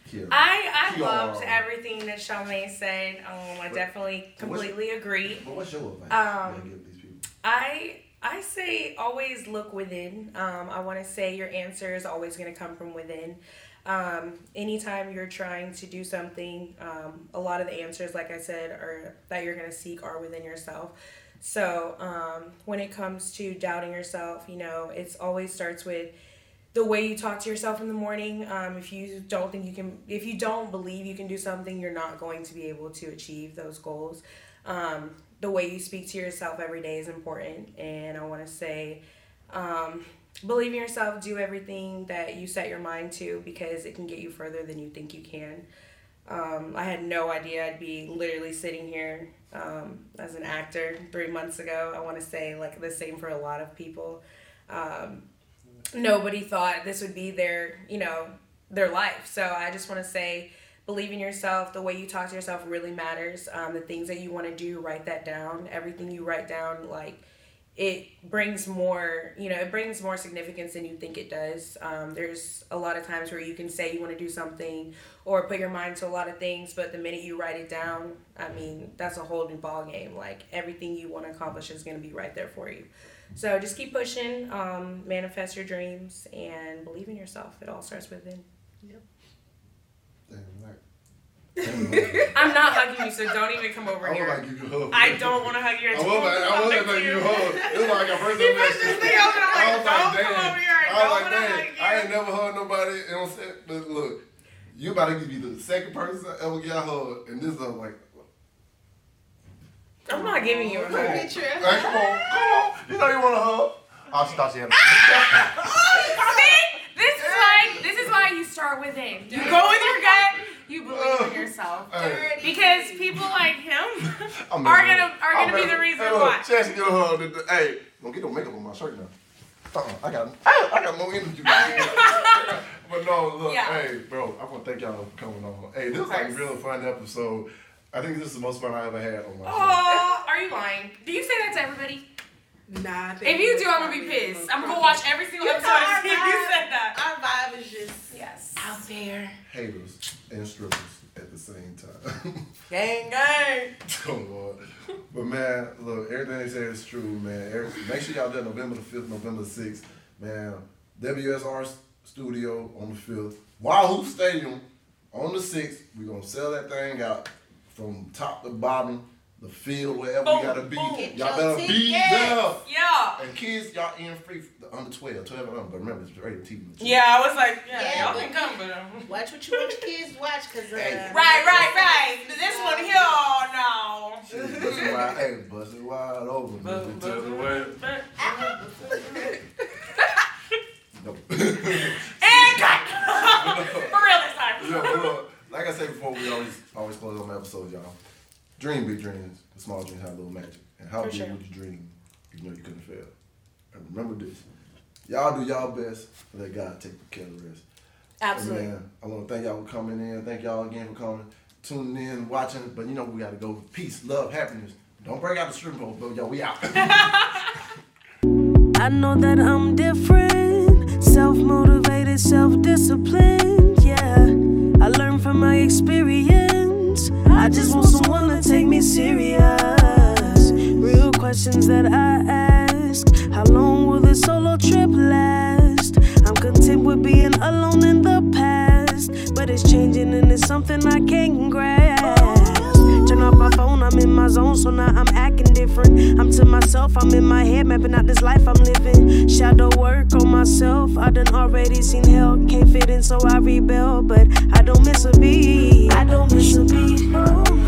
[SPEAKER 2] Kiara?
[SPEAKER 3] I I
[SPEAKER 2] Yo.
[SPEAKER 3] loved everything that Charmaine said. Um, I definitely completely agree.
[SPEAKER 2] But what's your advice? you
[SPEAKER 3] Um,
[SPEAKER 2] gotta give these people.
[SPEAKER 3] I I say always look within. Um, I want to say your answer is always going to come from within. Um, anytime you're trying to do something, um, a lot of the answers, like I said, are that you're going to seek are within yourself. So um, when it comes to doubting yourself, you know, it's always starts with the way you talk to yourself in the morning um, if you don't think you can if you don't believe you can do something you're not going to be able to achieve those goals um, the way you speak to yourself every day is important and i want to say um, believe in yourself do everything that you set your mind to because it can get you further than you think you can um, i had no idea i'd be literally sitting here um, as an actor three months ago i want to say like the same for a lot of people nobody thought this would be their you know their life so i just want to say believe in yourself the way you talk to yourself really matters um, the things that you want to do write that down everything you write down like it brings more you know it brings more significance than you think it does um, there's a lot of times where you can say you want to do something or put your mind to a lot of things but the minute you write it down i mean that's a whole new ball game like everything you want to accomplish is going to be right there for you so just keep pushing, um, manifest your dreams, and believe in yourself. It all starts within.
[SPEAKER 2] Damn right. Damn right.
[SPEAKER 3] I'm not hugging you, so don't even come over
[SPEAKER 2] I would like
[SPEAKER 3] here.
[SPEAKER 2] to give you a hug.
[SPEAKER 3] I don't want to hug you.
[SPEAKER 2] I
[SPEAKER 3] I
[SPEAKER 2] was
[SPEAKER 3] just
[SPEAKER 2] like,
[SPEAKER 3] want to
[SPEAKER 2] I was
[SPEAKER 3] hug
[SPEAKER 2] like, you
[SPEAKER 3] you.
[SPEAKER 2] a hug. It was like I first
[SPEAKER 3] He
[SPEAKER 2] time
[SPEAKER 3] pushed his thing over, and I'm
[SPEAKER 2] I was
[SPEAKER 3] like, don't
[SPEAKER 2] like,
[SPEAKER 3] come
[SPEAKER 2] damn.
[SPEAKER 3] over here. I
[SPEAKER 2] I
[SPEAKER 3] don't
[SPEAKER 2] was like,
[SPEAKER 3] wanna
[SPEAKER 2] damn.
[SPEAKER 3] hug
[SPEAKER 2] I
[SPEAKER 3] you.
[SPEAKER 2] ain't never hugged nobody on set, but look, you about to be the second person I ever get a hug, and this is like,
[SPEAKER 3] I'm not giving you a
[SPEAKER 2] come on,
[SPEAKER 3] hug.
[SPEAKER 2] hey, come on, come on. You know you want a hug. I she thought she had a
[SPEAKER 3] Ah!
[SPEAKER 2] hug.
[SPEAKER 3] See, this is why this is why you start within. You go with your gut. you believe in yourself.
[SPEAKER 2] Hey,
[SPEAKER 3] Because people like him [LAUGHS]
[SPEAKER 2] I'm
[SPEAKER 3] are
[SPEAKER 2] ready.
[SPEAKER 3] gonna are
[SPEAKER 2] I'm
[SPEAKER 3] gonna be the
[SPEAKER 2] ready.
[SPEAKER 3] reason
[SPEAKER 2] Hey, look,
[SPEAKER 3] why.
[SPEAKER 2] Chance, get a hold of the- Hey, don't get no makeup on my shirt now. Uh-uh, I got, I, I got more energy.
[SPEAKER 3] [LAUGHS]
[SPEAKER 2] but no, look,
[SPEAKER 3] Yeah.
[SPEAKER 2] hey, bro, I want to thank y'all for coming on. Hey, this is like a
[SPEAKER 3] course.
[SPEAKER 2] real fun episode. I think this is the most fun I ever had on my show.
[SPEAKER 3] Oh, are you lying? Do you say that to everybody?
[SPEAKER 4] Nah, I think
[SPEAKER 3] If you
[SPEAKER 4] it's
[SPEAKER 3] do, I'm gonna be
[SPEAKER 4] probably
[SPEAKER 3] pissed.
[SPEAKER 4] most
[SPEAKER 3] [LAUGHS] I'm gonna
[SPEAKER 4] appropriate.
[SPEAKER 3] watch every single
[SPEAKER 4] You
[SPEAKER 3] episode
[SPEAKER 4] know
[SPEAKER 3] and see [LAUGHS] if
[SPEAKER 4] I'm
[SPEAKER 3] you
[SPEAKER 4] not.
[SPEAKER 3] said that.
[SPEAKER 4] Our vibe is just
[SPEAKER 3] Yes.
[SPEAKER 4] out there.
[SPEAKER 2] Haters and strippers at the same time. [LAUGHS]
[SPEAKER 4] Gang, gang.
[SPEAKER 2] oh, Lord. But, man, look, everything they said is true, man. Every- make sure y'all there November the 5th, November the 6th. Man, WSR Studio on the 5th. Wahoo Stadium on the 6th. We're going to sell that thing out from top to bottom, the field, wherever
[SPEAKER 3] Boom,
[SPEAKER 2] you got to be.
[SPEAKER 3] boom.
[SPEAKER 4] Get
[SPEAKER 2] Y'all
[SPEAKER 4] your
[SPEAKER 2] better be
[SPEAKER 4] tickets.
[SPEAKER 2] there.
[SPEAKER 3] Yeah.
[SPEAKER 2] And kids, y'all in free for the under 12, 12 and under. But remember, it's rated TV.
[SPEAKER 3] Yeah, I was like, yeah,
[SPEAKER 4] Yeah,
[SPEAKER 3] y'all can
[SPEAKER 4] but-
[SPEAKER 3] come, but um,
[SPEAKER 4] Watch what you want your kids watch, cause uh,
[SPEAKER 2] Hey.
[SPEAKER 3] right, right, right. This one here, oh, no.
[SPEAKER 2] Shit, bust it wide, hey, bust it wide open.
[SPEAKER 3] But-
[SPEAKER 2] Just tell the world.
[SPEAKER 3] but- but-
[SPEAKER 2] No. [LAUGHS]
[SPEAKER 3] And cut. [LAUGHS] For real this time.
[SPEAKER 2] Yeah, but look, like I said before, we always always close on the episode, y'all. Dream big dreams. The small dreams have a little magic. And how
[SPEAKER 3] For
[SPEAKER 2] big
[SPEAKER 3] sure.
[SPEAKER 2] would you dream? if You know you couldn't fail. And remember this. Y'all do y'all best. and Let God take care of the rest.
[SPEAKER 4] Absolutely.
[SPEAKER 2] And man, I want to thank y'all for coming in. Thank y'all again for coming, tuning in, watching. But you know we gotta go. Peace, love, happiness. Don't break out the strip pole, but y'all, we out.
[SPEAKER 1] I know that I'm different, self motivated, self disciplined. Yeah, I learned from my experience. I just want someone to take me serious. Real questions that I ask How long will this solo trip last? I'm content with being alone in the past, but it's changing and it's something I can't grasp. Turn off my phone, I'm in my zone, so now I'm acting different. I'm to myself, I'm in my head, mapping out this life I'm living. Shadow work on myself, I done already seen hell. Can't fit in, so I rebel, but I don't miss a beat. I don't miss a beat.